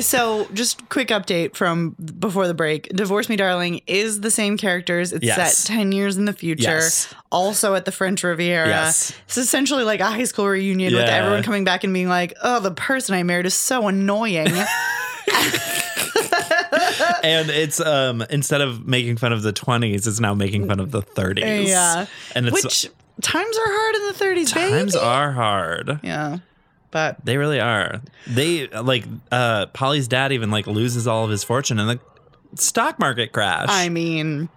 S1: So, just quick update from before the break. Divorce Me Darling is the same characters. It's
S2: Yes.
S1: set 10 years in the future,
S2: Yes.
S1: also at the French Riviera.
S2: Yes.
S1: It's essentially like a high school reunion with
S2: Yeah.
S1: everyone coming back and being like, "Oh, the person I married is so annoying."
S2: *laughs* and it's um instead of making fun of the 20s, it's now making fun of the 30s.
S1: yeah,
S2: And it's
S1: which times are hard in the 30s, baby.
S2: times are hard.
S1: yeah, but
S2: They really are. They like uh Polly's dad even like loses all of his fortune in the stock market crash.
S1: I mean,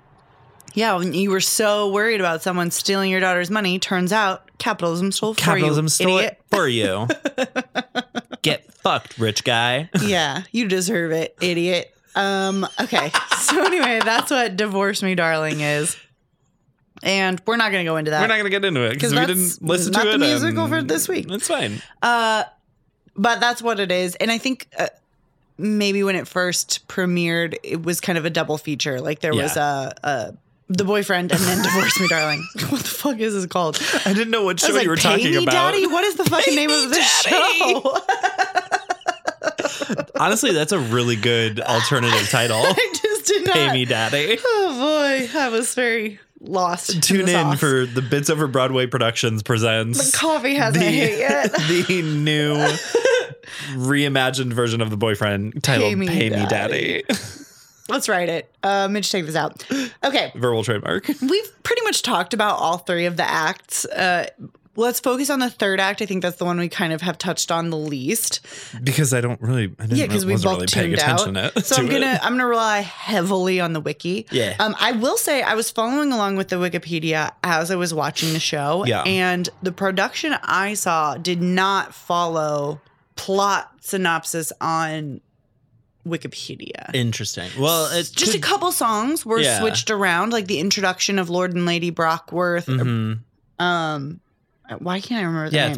S1: yeah, when you were so worried about someone stealing your daughter's money, turns out capitalism stole for
S2: capitalism
S1: you,
S2: stole
S1: idiot. *laughs*
S2: it for you. Get fucked, rich guy.
S1: yeah, you deserve it, idiot. Um, okay. *laughs* So anyway, that's what divorce me darling is. And we're not going to go into that.
S2: We're not gonna get into it
S1: 'Cause
S2: because we
S1: that's
S2: didn't listen
S1: not
S2: to
S1: the
S2: it.
S1: musical
S2: and
S1: for this week.
S2: It's fine.
S1: Uh, but that's what it is, and I think uh, maybe when it first premiered, it was kind of a double feature. Like there was a, a the boyfriend and then divorce me,
S2: *laughs*
S1: darling. What the fuck is this called?
S2: I didn't know what
S1: I
S2: show
S1: was like,
S2: you were
S1: Pay
S2: talking
S1: me,
S2: about.
S1: Daddy. *laughs* What is the fucking name of this show? *laughs*
S2: Honestly, that's a really good alternative title.
S1: *laughs* I just did not.
S2: Pay me, Daddy.
S1: Oh boy, I was very lost.
S2: Tune
S1: the
S2: in
S1: sauce.
S2: for the Bits Over Broadway Productions
S1: the
S2: presents
S1: coffee hasn't hit yet. *laughs*
S2: the, *laughs* the new reimagined version of the boyfriend titled Pay
S1: me
S2: Me,
S1: Daddy.
S2: Daddy.
S1: Let's write it. Uh, Mitch, take this out. Okay.
S2: Verbal trademark.
S1: we've pretty much talked about all three of the acts. Uh, let's focus on the third act. I think that's the one we kind of have touched on the least.
S2: Because I don't really, I didn't,
S1: Yeah, because we
S2: wasn't
S1: both
S2: really paying
S1: tuned out.
S2: attention to
S1: so
S2: to
S1: I'm
S2: it.
S1: gonna I'm gonna rely heavily on the wiki.
S2: Yeah.
S1: Um, I will say I was following along with the Wikipedia as I was watching the show.
S2: Yeah.
S1: And the production I saw did not follow plot synopsis on Wikipedia.
S2: Interesting. Well, it's
S1: just a couple songs were
S2: Yeah.
S1: switched around, like the introduction of Lord and Lady Brockworth,
S2: Mm-hmm.
S1: um why can't I remember the
S2: Yeah,
S1: name?
S2: it's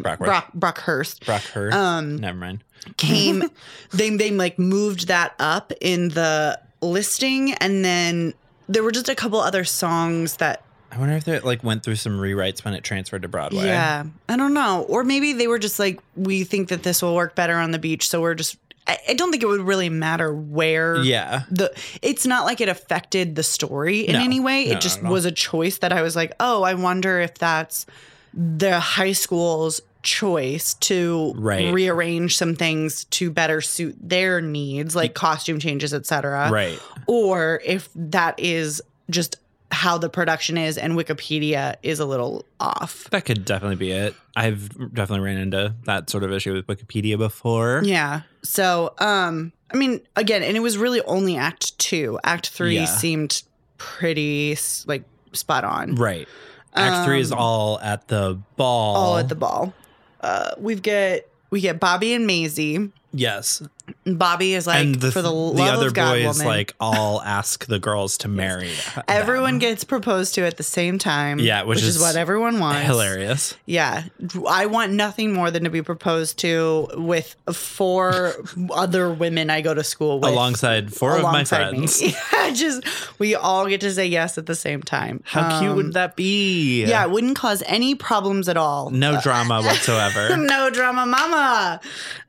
S1: Brock
S2: Brockworth.
S1: Brockhurst
S2: Brock Hurst.
S1: um
S2: Never mind.
S1: came
S2: *laughs*
S1: they they like moved that up in the listing and then there were just a couple other songs that
S2: I wonder if it like went through some rewrites when it transferred to Broadway.
S1: yeah I don't know or maybe they were just like we think that this will work better on the beach so we're just I, I don't think it would really matter where
S2: Yeah.
S1: the it's not like it affected the story in
S2: No,
S1: any way.
S2: no,
S1: It
S2: not
S1: just
S2: at all.
S1: was a choice that I was like, oh, I wonder if that's the high school's choice to
S2: Right.
S1: rearrange some things to better suit their needs, like costume changes, etc.
S2: Right.
S1: Or if that is just how the production is and Wikipedia is a little off.
S2: That could definitely be it. I've definitely ran into that sort of issue with Wikipedia before.
S1: Yeah. So, um, I mean, again, and it was really only Act Two. Act Three
S2: Yeah.
S1: seemed pretty s- like spot on.
S2: Right. Act three is all at the ball.
S1: Um, All at the ball. Uh, we've get we get Bobby and Maisie.
S2: yes.
S1: And Bobby is like
S2: and the,
S1: for the
S2: the
S1: love
S2: other
S1: of God,
S2: boys
S1: woman.
S2: like
S1: *laughs*
S2: all ask the girls to marry. them.
S1: everyone gets proposed to at the same time.
S2: Yeah, which
S1: is,
S2: is
S1: what everyone wants.
S2: hilarious.
S1: Yeah, I want nothing more than to be proposed to with four other women I go to school with.
S2: Alongside four of my
S1: alongside me. *laughs*
S2: friends.
S1: Yeah, just we all get to say yes at the same time.
S2: How cute
S1: Um,
S2: would that be?
S1: Yeah, it wouldn't cause any problems at all. *laughs*
S2: No drama whatsoever.
S1: no drama, mama.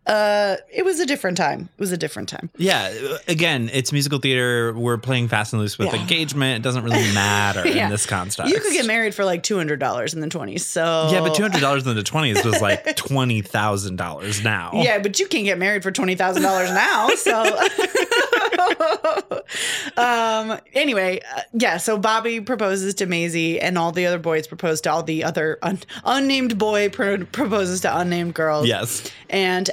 S1: Uh, it was a different time. It was a different time.
S2: yeah. Again, it's musical theater. We're playing fast and loose with
S1: Yeah.
S2: engagement. It doesn't
S1: *laughs*
S2: really matter
S1: Yeah.
S2: in this context.
S1: You could get married for like two hundred dollars in the twenties. So
S2: Yeah, but two hundred dollars in the twenties
S1: *laughs*
S2: was like twenty thousand dollars now.
S1: Yeah, but you can get married for twenty thousand dollars now. So, *laughs* um, anyway, uh, yeah. So Bobby proposes to Maisie, and all the other boys propose to all the other un- unnamed boy pro- proposes to unnamed girls.
S2: Yes.
S1: and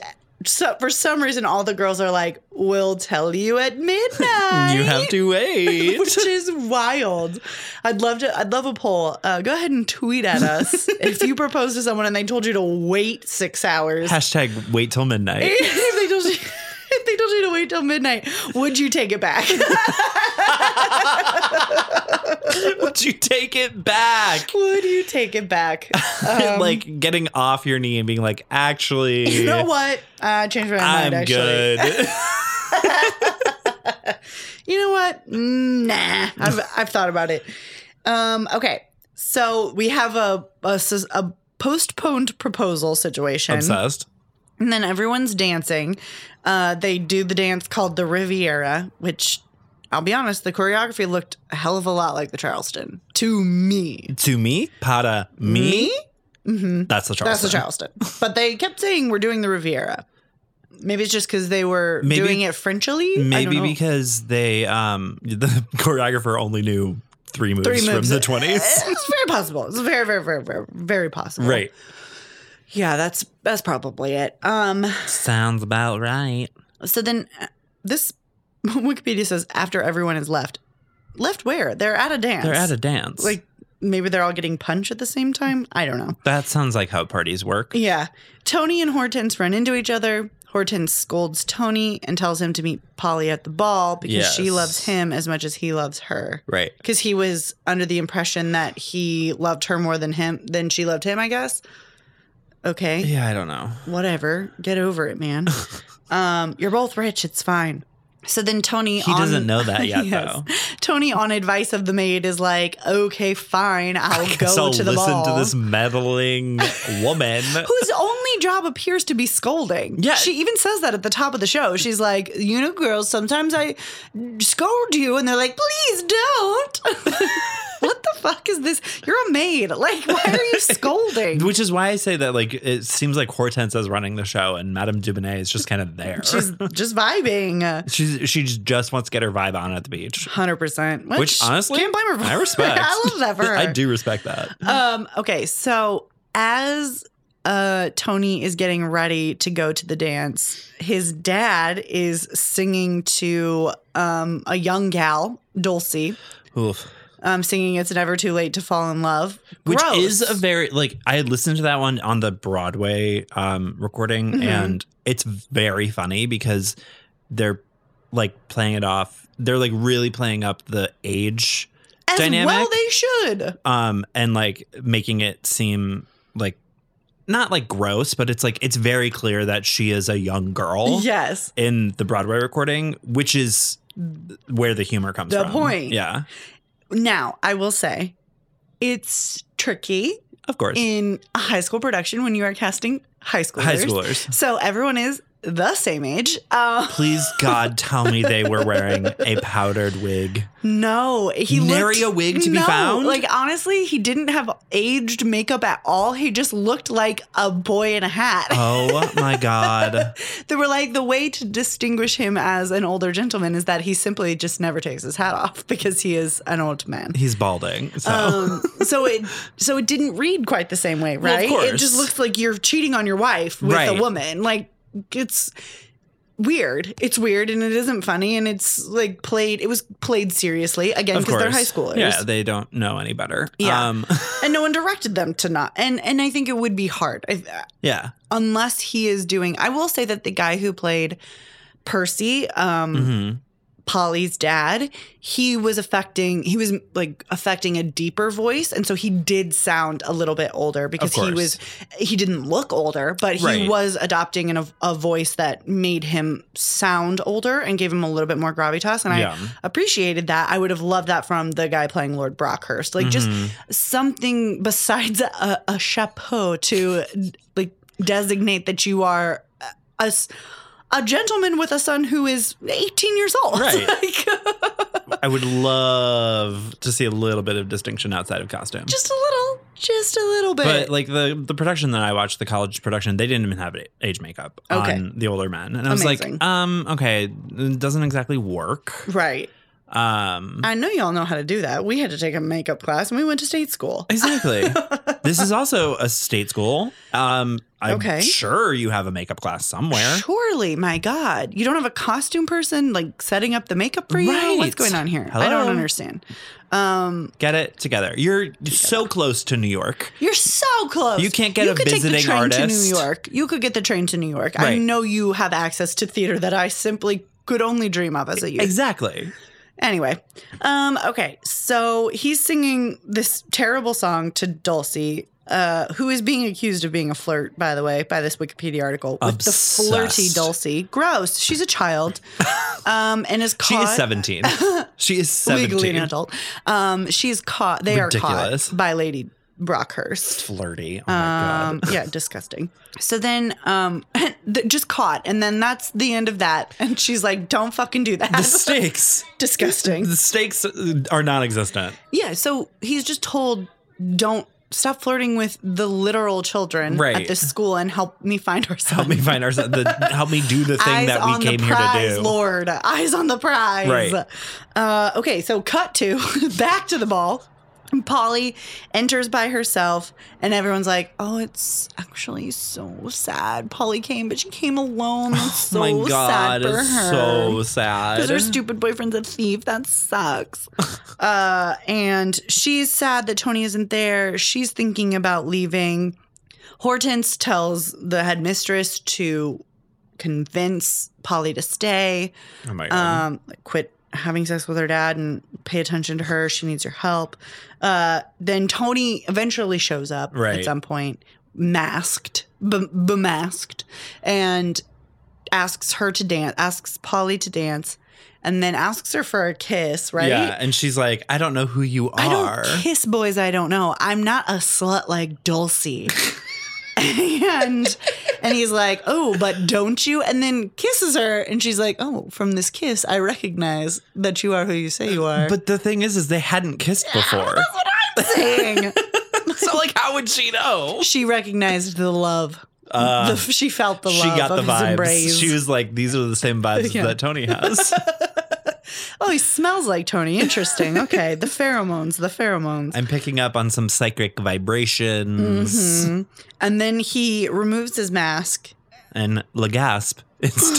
S1: so for some reason, all the girls are like, "We'll tell you
S2: *laughs*
S1: at midnight."
S2: You have
S1: *laughs*
S2: to wait.
S1: Which is wild. I'd love to. I'd love a poll. Uh, go ahead and tweet at us
S2: *laughs*
S1: if you propose to someone and they told you to wait six hours.
S2: Hashtag wait till midnight.
S1: *laughs* if they told you if they told you to wait till midnight, would you take it
S2: *laughs*
S1: back?
S2: *laughs* Would you take it back?
S1: would you take it back? Um,
S2: *laughs* like getting off your knee and being like, actually,
S1: *laughs* you know what? I changed my
S2: I'm
S1: mind. Actually, *laughs*
S2: good.
S1: you know what? Mm, Nah, I've I've thought about it. Um, okay, so we have a a, s- a postponed proposal situation,
S2: Obsessed.
S1: and then everyone's dancing. Uh, they do the dance called the Riviera, which. I'll be honest, the choreography looked a hell of a lot like the Charleston to me.
S2: To me, para me. That's the Charleston.
S1: That's the Charleston. But they kept saying we're doing the Riviera. Maybe it's just because they were
S2: Maybe-
S1: doing it Frenchly. I don't
S2: Maybe
S1: know.
S2: because they, um, the *laughs* choreographer only knew three moves,
S1: Three moves.
S2: from the
S1: *laughs*
S2: twenties.
S1: it's very possible. It's very, very, very, very, very possible.
S2: right.
S1: Yeah, that's that's probably it. Um.
S2: Sounds about right.
S1: So then, uh, this *laughs* Wikipedia says after everyone is left, left where they're at a dance.
S2: They're at a dance.
S1: like maybe they're all getting punch at the same time. I don't know.
S2: that sounds like how parties work.
S1: Yeah. Tony and Hortense run into each other. Hortense scolds Tony and tells him to meet Polly at the ball because she
S2: Yes.
S1: loves him as much as he loves her.
S2: Right.
S1: Because he was under the impression that he loved her more than him than she loved him, I guess. Okay.
S2: Yeah, I don't know.
S1: Whatever. Get over it, man.
S2: *laughs*
S1: um, you're both rich, it's fine. So then Tony
S2: He
S1: on-
S2: doesn't
S1: *laughs*
S2: know that yet,
S1: Yes.
S2: though.
S1: Tony on advice of the maid is like, Okay, fine, I'll go
S2: Guess I'll
S1: to the
S2: listen
S1: ball.
S2: to this meddling
S1: *laughs*
S2: woman.
S1: whose only job appears to be scolding.
S2: Yeah.
S1: She even says that at the top of the show. She's like, you know, girls, sometimes I scold you, and they're like, please don't. *laughs* what the fuck is this? You're a maid. Like, why are
S2: *laughs*
S1: you scolding?
S2: Which is why I say that like it seems like Hortense is running the show and Madame Dubonnet is just kind of there.
S1: She's just vibing.
S2: *laughs* She's she just- just wants to get her vibe on at the beach.
S1: Hundred percent.
S2: Which honestly
S1: can't blame her. For
S2: I respect.
S1: *laughs* I love that for her.
S2: I do respect that.
S1: *laughs* Um, okay, so as uh Tony is getting ready to go to the dance, his dad is singing to um a young gal, Dulcie,
S2: Oof.
S1: um singing It's Never Too Late to Fall in Love.
S2: Which
S1: Gross.
S2: is a very like I listened to that one on the Broadway um recording
S1: Mm-hmm.
S2: and it's very funny because they're like playing it off. They're like really playing up the age
S1: As
S2: dynamic.
S1: well they should.
S2: um and like making it seem like not like gross but it's like it's very clear that she is a young girl
S1: Yes.
S2: in the broadway recording which is where the humor comes
S1: The
S2: from
S1: point.
S2: yeah
S1: Now, I will say it's tricky
S2: of course
S1: in a high school production when you are casting high schoolers.
S2: high schoolers
S1: So everyone is the same age. Um,
S2: please god tell me they were wearing a powdered wig
S1: No, he
S2: Nary
S1: looked,
S2: a wig to be
S1: no,
S2: found?
S1: Like honestly, he didn't have aged makeup at all. He just looked like a boy in a hat.
S2: oh my god
S1: *laughs* they were like the way to distinguish him as an older gentleman is that he simply just never takes his hat off because he is an old man.
S2: he's balding so
S1: Um, so it so it didn't read quite the same way,
S2: Oh. Well, of
S1: right? it
S2: course.
S1: just looks like you're cheating on your wife with
S2: Right.
S1: a woman. Like it's weird. It's weird and it isn't funny and it's like played it was played seriously again
S2: Of
S1: because
S2: course.
S1: they're high schoolers.
S2: Yeah, they don't know any better.
S1: Yeah.
S2: Um, *laughs*
S1: and no one directed them to not. And and I think it would be hard. I,
S2: yeah.
S1: unless he is doing I will say that the guy who played Percy, um
S2: hmm
S1: Polly's dad, he was affecting he was like affecting a deeper voice and so he did sound a little bit older because he
S2: course.
S1: was he didn't look older, but he
S2: Right.
S1: was adopting an, a voice that made him sound older and gave him a little bit more gravitas and
S2: Yeah.
S1: I appreciated that. I would have loved that from the guy playing Lord Brockhurst. Like just
S2: Mhm.
S1: something besides a, a chapeau to like designate that you are a, s- a gentleman with a son who is 18 years old.
S2: Right.
S1: *laughs* Like,
S2: I would love to see a little bit of distinction outside of costume.
S1: just a little, just a little bit.
S2: but like the the production that I watched, the college production, they didn't even have a- age makeup
S1: Okay.
S2: on the older men, and I was
S1: Amazing.
S2: like, um, okay, it doesn't exactly work.
S1: right.
S2: Um,
S1: I *laughs* know y'all know how to do that. We had to take a makeup class and we went to state school.
S2: exactly. this is also a state school. Um, I'm
S1: Okay.
S2: sure you have a makeup class somewhere.
S1: Surely, my God, you don't have a costume person like setting up the makeup for you. What's
S2: Right.
S1: going on here? I don't
S2: Hello?
S1: understand. Um,
S2: Get it together. You're so close to New York.
S1: You're so close.
S2: You can't get a
S1: could take the
S2: visiting
S1: train to
S2: artist.
S1: New York. You could get the train to New York. I
S2: Right.
S1: know you have access to theater that I simply could only dream of as a youth.
S2: Exactly.
S1: Anyway, um, okay, so he's singing this terrible song to Dulcie, uh, who is being accused of being a flirt, by the way, by this Wikipedia article with the flirty
S2: Obsessed.
S1: Dulcie. Gross. She's a
S2: *laughs*
S1: child, um, and is
S2: She
S1: caught. *laughs*
S2: is 17. she is 17.
S1: Legally an adult. Um, she is caught. They
S2: Ridiculous.
S1: are caught by Lady Brockhurst.
S2: Flirty. Oh my
S1: Um,
S2: *laughs* god.
S1: yeah, disgusting. So then, um, *laughs* th- just caught, and then that's the end of that. And she's like, "Don't fucking do that."
S2: The stakes.
S1: *laughs* disgusting.
S2: The stakes uh, are non-existent.
S1: Yeah. So he's just told, "Don't stop flirting with the literal children at
S2: Right.
S1: this school, and help me find ourselves."
S2: Help me find our the, help me do the thing
S1: Eyes
S2: that
S1: on
S2: we came
S1: the
S2: here
S1: prize,
S2: to do.
S1: Lord. Eyes on the prize.
S2: Right.
S1: Uh, okay, so cut to *laughs* back to the ball. And Polly enters by herself, and everyone's like, "Oh, it's actually so sad. Polly came, but she came alone. That's so
S2: *laughs* Oh my god,
S1: sad for
S2: it's
S1: her.
S2: so sad.
S1: Because her stupid boyfriend's a thief. That sucks. uh, and she's sad that Tony isn't there. She's thinking about leaving. Hortense tells the headmistress to convince Polly to stay,
S2: oh my god.
S1: um, quit having sex with her dad and pay attention to her. She needs your help. Uh, then Tony eventually shows up at
S2: Right.
S1: some point, masked, be- bemasked, and asks her to dance, asks Polly to dance, and then asks her for a kiss, right?
S2: Yeah, and she's like, I don't know who you are.
S1: I don't kiss boys I don't know. I'm not a slut like Dulcie. *laughs* and and he's like, "Oh, but don't you?" And then kisses her and she's like, "Oh, from this kiss I recognize that you are who you say you are."
S2: but the thing is, is they hadn't kissed before.
S1: *laughs* Dang.
S2: *laughs* so like, how would she know?
S1: she recognized the love.
S2: Uh,
S1: The- she felt the love
S2: she got
S1: of
S2: the
S1: his
S2: vibes.
S1: embrace.
S2: She was like, these are the same
S1: *laughs*
S2: vibes
S1: Yeah.
S2: that Tony has.
S1: oh, he smells like Tony. Interesting. Okay, the pheromones, the pheromones.
S2: I'm picking up on some psychic vibrations.
S1: Mhm. And then he removes his mask.
S2: And Legasp, it's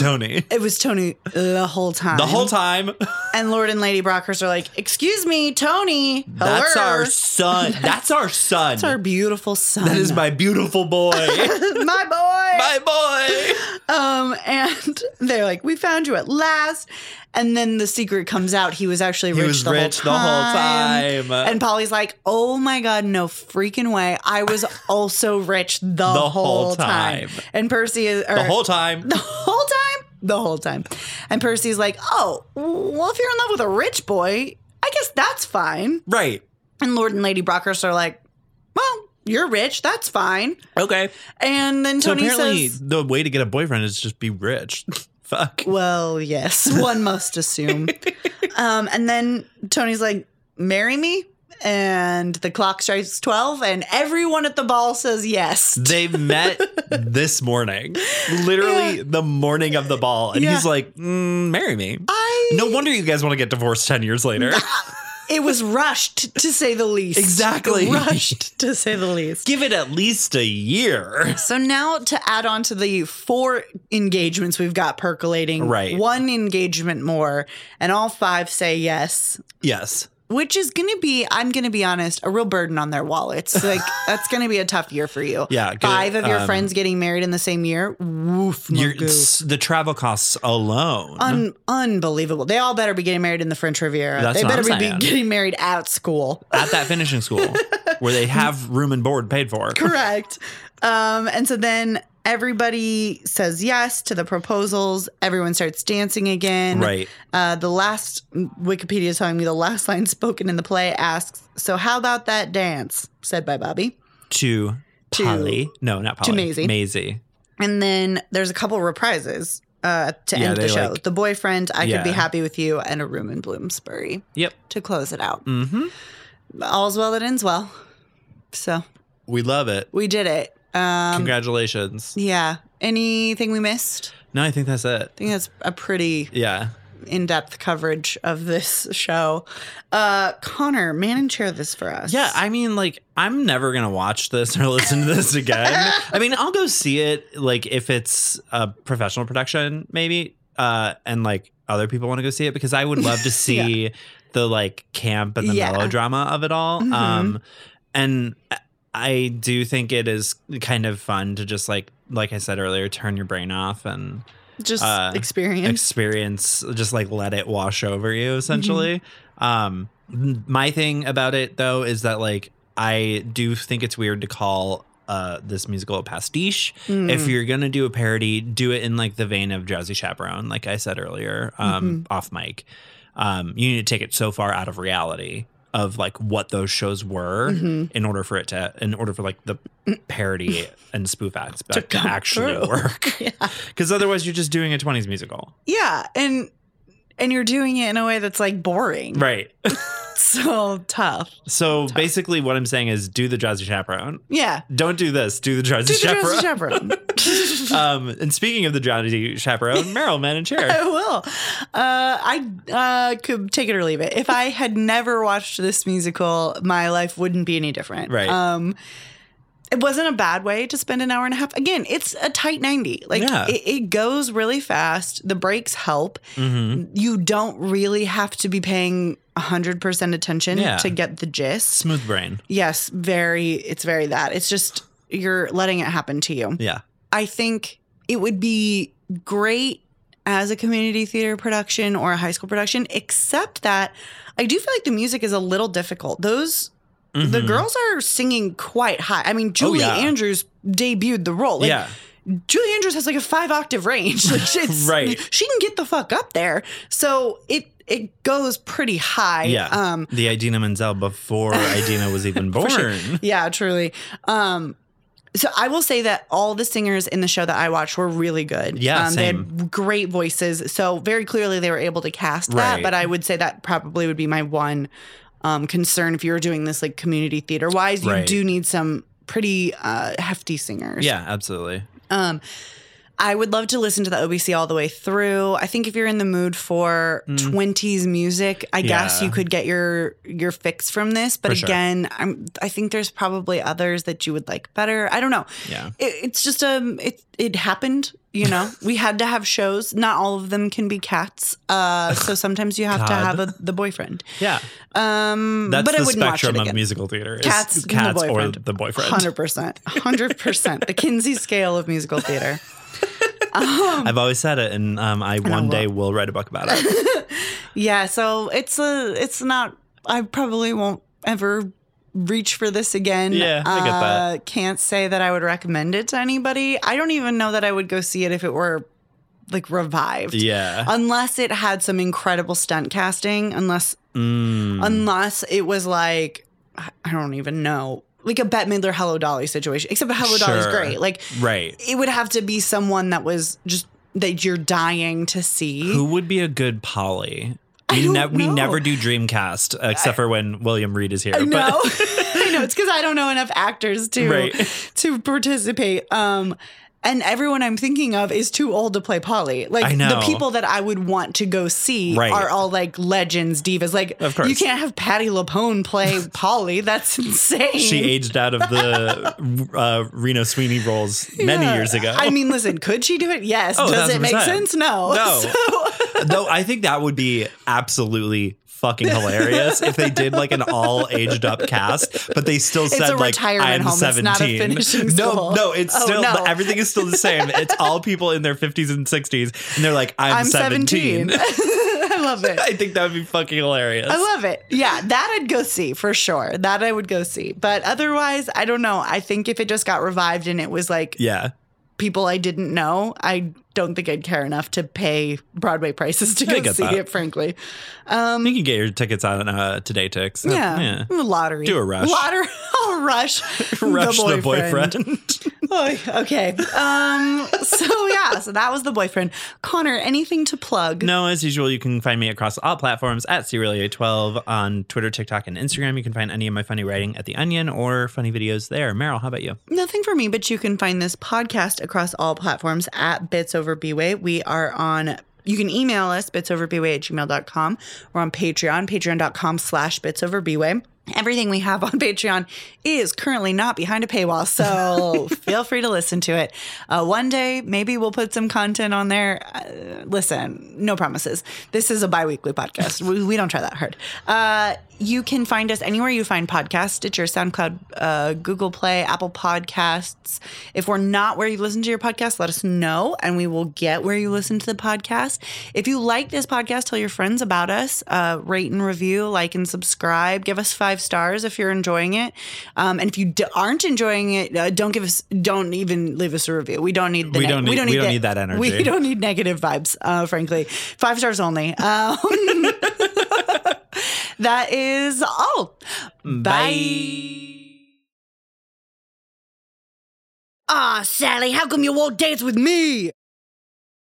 S1: *laughs*
S2: Tony.
S1: It was Tony the whole time.
S2: the whole time.
S1: And Lord and Lady Brockhurst are like, "Excuse me, Tony. Hello.
S2: That's our *laughs* son. That's our son.
S1: That's our beautiful son.
S2: That is my beautiful
S1: *laughs*
S2: boy. *laughs*
S1: my boy."
S2: my boy.
S1: Um, and *laughs* they're like, "We found you at last." And then the secret comes out. He was actually
S2: He
S1: rich,
S2: was
S1: the,
S2: rich
S1: whole
S2: the whole
S1: time.
S2: time.
S1: And Polly's like, "Oh my god, no freaking way! I
S2: *laughs*
S1: was also rich the, whole,
S2: whole
S1: time.
S2: time.
S1: And Percy is or,
S2: the whole time.
S1: *laughs* the whole time, the whole time. And Percy's like, "Oh, well, if you're in love with a rich boy, I guess that's fine."
S2: Right.
S1: And Lord and Lady Brockhurst are like, well, you're rich. That's fine.
S2: Okay.
S1: And then
S2: So
S1: Tony
S2: apparently,
S1: says,
S2: the way to get a boyfriend is just be rich. *laughs* Fuck.
S1: well, *laughs* yes, one must *laughs* assume. um, and then Tony's like, marry me. And the clock strikes 12, and everyone at the ball says yes.
S2: They *laughs* met this morning, literally
S1: Yeah.
S2: the morning of the ball, and
S1: Yeah.
S2: he's like, mm, "Marry me."
S1: I.
S2: No wonder you guys want to get divorced ten years later.
S1: It was rushed, to say the least.
S2: Exactly.
S1: *laughs* Rushed, to say the least.
S2: *laughs* Give it at least a *laughs* year.
S1: So now to add on to the four engagements we've got percolating,
S2: Right.
S1: one engagement more, and all five say yes,
S2: Yes.
S1: which is going to be, I'm going to be honest, a real burden on their
S2: *laughs*
S1: wallets. Like that's going to be a tough year for you.
S2: Yeah, get-
S1: five of your
S2: um,
S1: friends getting married in the same year. Woof, my
S2: You're,
S1: goo.
S2: s- the travel costs alone.
S1: Un- unbelievable. They all better be getting married in the French Riviera.
S2: That's
S1: they
S2: what
S1: better
S2: I'm
S1: be
S2: saying.
S1: getting married at school. *laughs*
S2: at that finishing school where they have room and board paid for.
S1: Correct. Um, and so then everybody says yes to the proposals. Everyone starts dancing again.
S2: Right.
S1: Uh, the last Wikipedia is telling me the last line spoken in the play asks, "So how about that dance?" said by Bobby.
S2: To,
S1: To-
S2: Polly. No, not
S1: to
S2: Polly.
S1: Maisie.
S2: Maisie.
S1: And then there's a couple reprises uh, to
S2: Yeah,
S1: end the
S2: they,
S1: show.
S2: like-
S1: the boyfriend, I could be
S2: Yeah.
S1: happy with you, and a room in Bloomsbury
S2: Yep.
S1: to close it out.
S2: Mm-hmm.
S1: All's well that ends well. So
S2: We love it.
S1: we did it. Um,
S2: Congratulations.
S1: yeah. Anything we missed?
S2: No, I think that's it.
S1: I think that's a pretty
S2: Yeah.
S1: in-depth coverage of this show. Uh, Connor, man and share this for us.
S2: Yeah, I mean, like, I'm never gonna watch this or listen to this again. I mean, I'll go see it, like, if it's a professional production, maybe, uh, and like other people want to go see it because I would love to see the like camp and the
S1: Yeah.
S2: melodrama of it all.
S1: Mhm.
S2: Um, and I- I do think it is kind of fun to just like, like I said earlier, turn your brain off and
S1: just
S2: uh,
S1: experience.
S2: experience just like let it wash over you essentially um m- my thing about it though is that like i do think it's weird to call uh, this musical a pastiche.
S1: Mm. *laughs*
S2: If you're gonna do a parody, do it in like the vein of Drowsy Chaperone, like I said earlier, um, off mic. Um, you need to take it so far out of reality of like what those shows were in order for it to, in order for like the parody and spoof aspect to,
S1: come
S2: actually
S1: through. *laughs*
S2: work.
S1: yeah.
S2: Because otherwise, you're just doing a 20s musical.
S1: yeah, and and you're doing it in a way that's like boring.
S2: Right.
S1: *laughs* So tough.
S2: So basically, what I'm saying is do the Drowsy Chaperone.
S1: Yeah.
S2: Don't do this. Do the Drowsy
S1: Do the
S2: Chaperone.
S1: dress chaperone.
S2: *laughs* um, and speaking of the Drowsy Chaperone, Merrill, man, and
S1: *laughs* I *laughs*
S2: chair.
S1: will. Uh, I uh, could take it or leave it. If I had never watched this musical, my life wouldn't be any different.
S2: Right.
S1: Um, it wasn't a bad way to spend an hour and a half. Again, it's a tight 90. Like
S2: Yeah.
S1: it, it goes really fast. The breaks help.
S2: Mm-hmm.
S1: You don't really have to be paying 100% attention
S2: Yeah.
S1: to get the gist.
S2: Smooth brain.
S1: Yes, very. It's very that. It's just you're letting it happen to you.
S2: Yeah.
S1: I think it would be great as a community theater production or a high school production, except that I do feel like the music is a little difficult. Those the
S2: Mhm.
S1: girls are singing quite high. I mean, Julie
S2: Oh, yeah.
S1: Andrews debuted the role. Like,
S2: yeah.
S1: Julie Andrews has like a five octave range. *laughs*
S2: *laughs*
S1: Like it's,
S2: Right.
S1: She can get the fuck up there. So it it goes pretty high.
S2: Yeah.
S1: Um
S2: the Idina
S1: *laughs*
S2: Menzel before Idina was even born. *laughs*
S1: yeah, truly. Um, so I will say that all the singers in the show that I watched were really good.
S2: Yeah,
S1: um, they had great voices. So very clearly they were able to cast that.
S2: Right.
S1: But I would say that probably would be my one um, concern if you were doing this like community theater wise. You
S2: Right.
S1: do need some pretty uh, hefty singers.
S2: Yeah, absolutely.
S1: Um, I would love to listen to the OBC all the way through. I think if you're in the mood for twenties music, I guess
S2: Mm. Yeah.
S1: you could get your your fix from this. But
S2: For sure.
S1: again, I'm I think there's probably others that you would like better. I don't know.
S2: Yeah.
S1: It, it's just um it it happened. You
S2: *laughs*
S1: know, we had to have shows. Not all of them can be cats. Uh, so sometimes you have to
S2: *laughs* God.
S1: have a, the boyfriend.
S2: Yeah.
S1: Um,
S2: That's
S1: but I
S2: the
S1: wouldn't watch
S2: spectrum
S1: it
S2: of
S1: again.
S2: musical theater. is
S1: Cats, and
S2: cats
S1: the
S2: or
S1: boyfriend.
S2: the boyfriend.
S1: Hundred percent, hundred percent. The Kinsey scale of musical theater.
S2: I've always said it, and um, I one day will write a book about
S1: *laughs*
S2: it.
S1: Yeah, so it's a it's not I probably won't ever reach for this again.
S2: Yeah, I get that.
S1: Uh, can't say that I would recommend it to anybody. I don't even know that I would go see it if it were like revived.
S2: yeah.
S1: Unless it had some incredible stunt casting, unless
S2: Mm.
S1: unless it was like I I don't even know. Like a Bette Midler Hello Dolly situation. Except Hello Dolly's
S2: Sure.
S1: great. Like
S2: right.
S1: it would have to be someone that was just that you're dying to see.
S2: Who would be a good Polly?
S1: I
S2: We,
S1: don't
S2: we
S1: know.
S2: never do Dreamcast except for when William Reed is here.
S1: I
S2: but- *laughs*
S1: know. I know. It's because I don't know enough actors to
S2: Right.
S1: to participate. Um, and everyone I'm thinking of is too old to play Polly. Like
S2: I
S1: the
S2: know.
S1: people that I would want to go see
S2: Right.
S1: are all like legends, divas. Like
S2: Of course.
S1: you can't have Patty LaPone
S2: *laughs*
S1: play Polly. That's insane.
S2: She aged out of the uh, Reno Sweeney roles many
S1: Yeah.
S2: years ago.
S1: I mean, listen, could she do it? Yes.
S2: Oh,
S1: Does it make
S2: 1000%.
S1: sense? No.
S2: No.
S1: *laughs* So-
S2: *laughs* Though I think that would be absolutely fucking hilarious if they did like an all aged up cast, but they still said
S1: a
S2: like
S1: retirement
S2: I'm
S1: home. It's not a
S2: 17.
S1: finishing
S2: no,
S1: school.
S2: no, it's
S1: Oh,
S2: still
S1: no.
S2: everything is still the same. It's all people in their 50s and 60s, and they're like I'm,
S1: I'm 17. *laughs*
S2: 17.
S1: I love it.
S2: *laughs* I think that would be fucking hilarious.
S1: I love it. Yeah, that I'd go see for sure. That I would go see. But otherwise, I don't know. I think if it just got revived and it was like
S2: yeah.
S1: people I didn't know, I don't think I'd care enough to pay Broadway prices to
S2: I
S1: go
S2: get
S1: see
S2: that.
S1: it, frankly.
S2: You can get your tickets on uh, Today Tix.
S1: Yeah. Lottery.
S2: Do a rush.
S1: Lottery. *laughs* I'll
S2: *laughs*
S1: rush.
S2: Rush the boyfriend.
S1: *laughs*
S2: *laughs*
S1: Oh, okay. Um, so, yeah, so that was the boyfriend. Connor, anything to plug?
S2: No, as usual, you can find me across all platforms at Cerulea12 on Twitter, TikTok, and Instagram. You can find any of my funny writing at The Onion or funny videos there. Meryl, how about you?
S1: Nothing for me, but you can find this podcast across all platforms at Bits Over Bway. We are on you can email us bitsoverbway at gmail.com. We're on Patreon, patreon.com slash bitsoverbway. Everything we have *laughs* on Patreon is currently not behind a paywall, so feel free to listen to it. Uh, one day, maybe we'll put some content on there. Uh, listen, no promises. This is a bi weekly podcast. we, we don't try that hard. Uh, you can find us anywhere you find podcasts Stitcher, SoundCloud, uh, Google Play, Apple Podcasts. If we're not where you listen to your podcast, let us know and we will get where you listen to the podcast. If you like this podcast, tell your friends about us, uh, rate and review, like and subscribe. Give us five stars if you're enjoying it. Um, and if you d- aren't enjoying it, uh, don't give us, don't even leave us a review. We don't need the
S2: We
S1: neg-
S2: don't need- we don't need that energy.
S1: We don't need negative vibes, uh, frankly. Five stars only. Um, *laughs* that is all. Bye. Ah, Sally, how come you won't dance with me?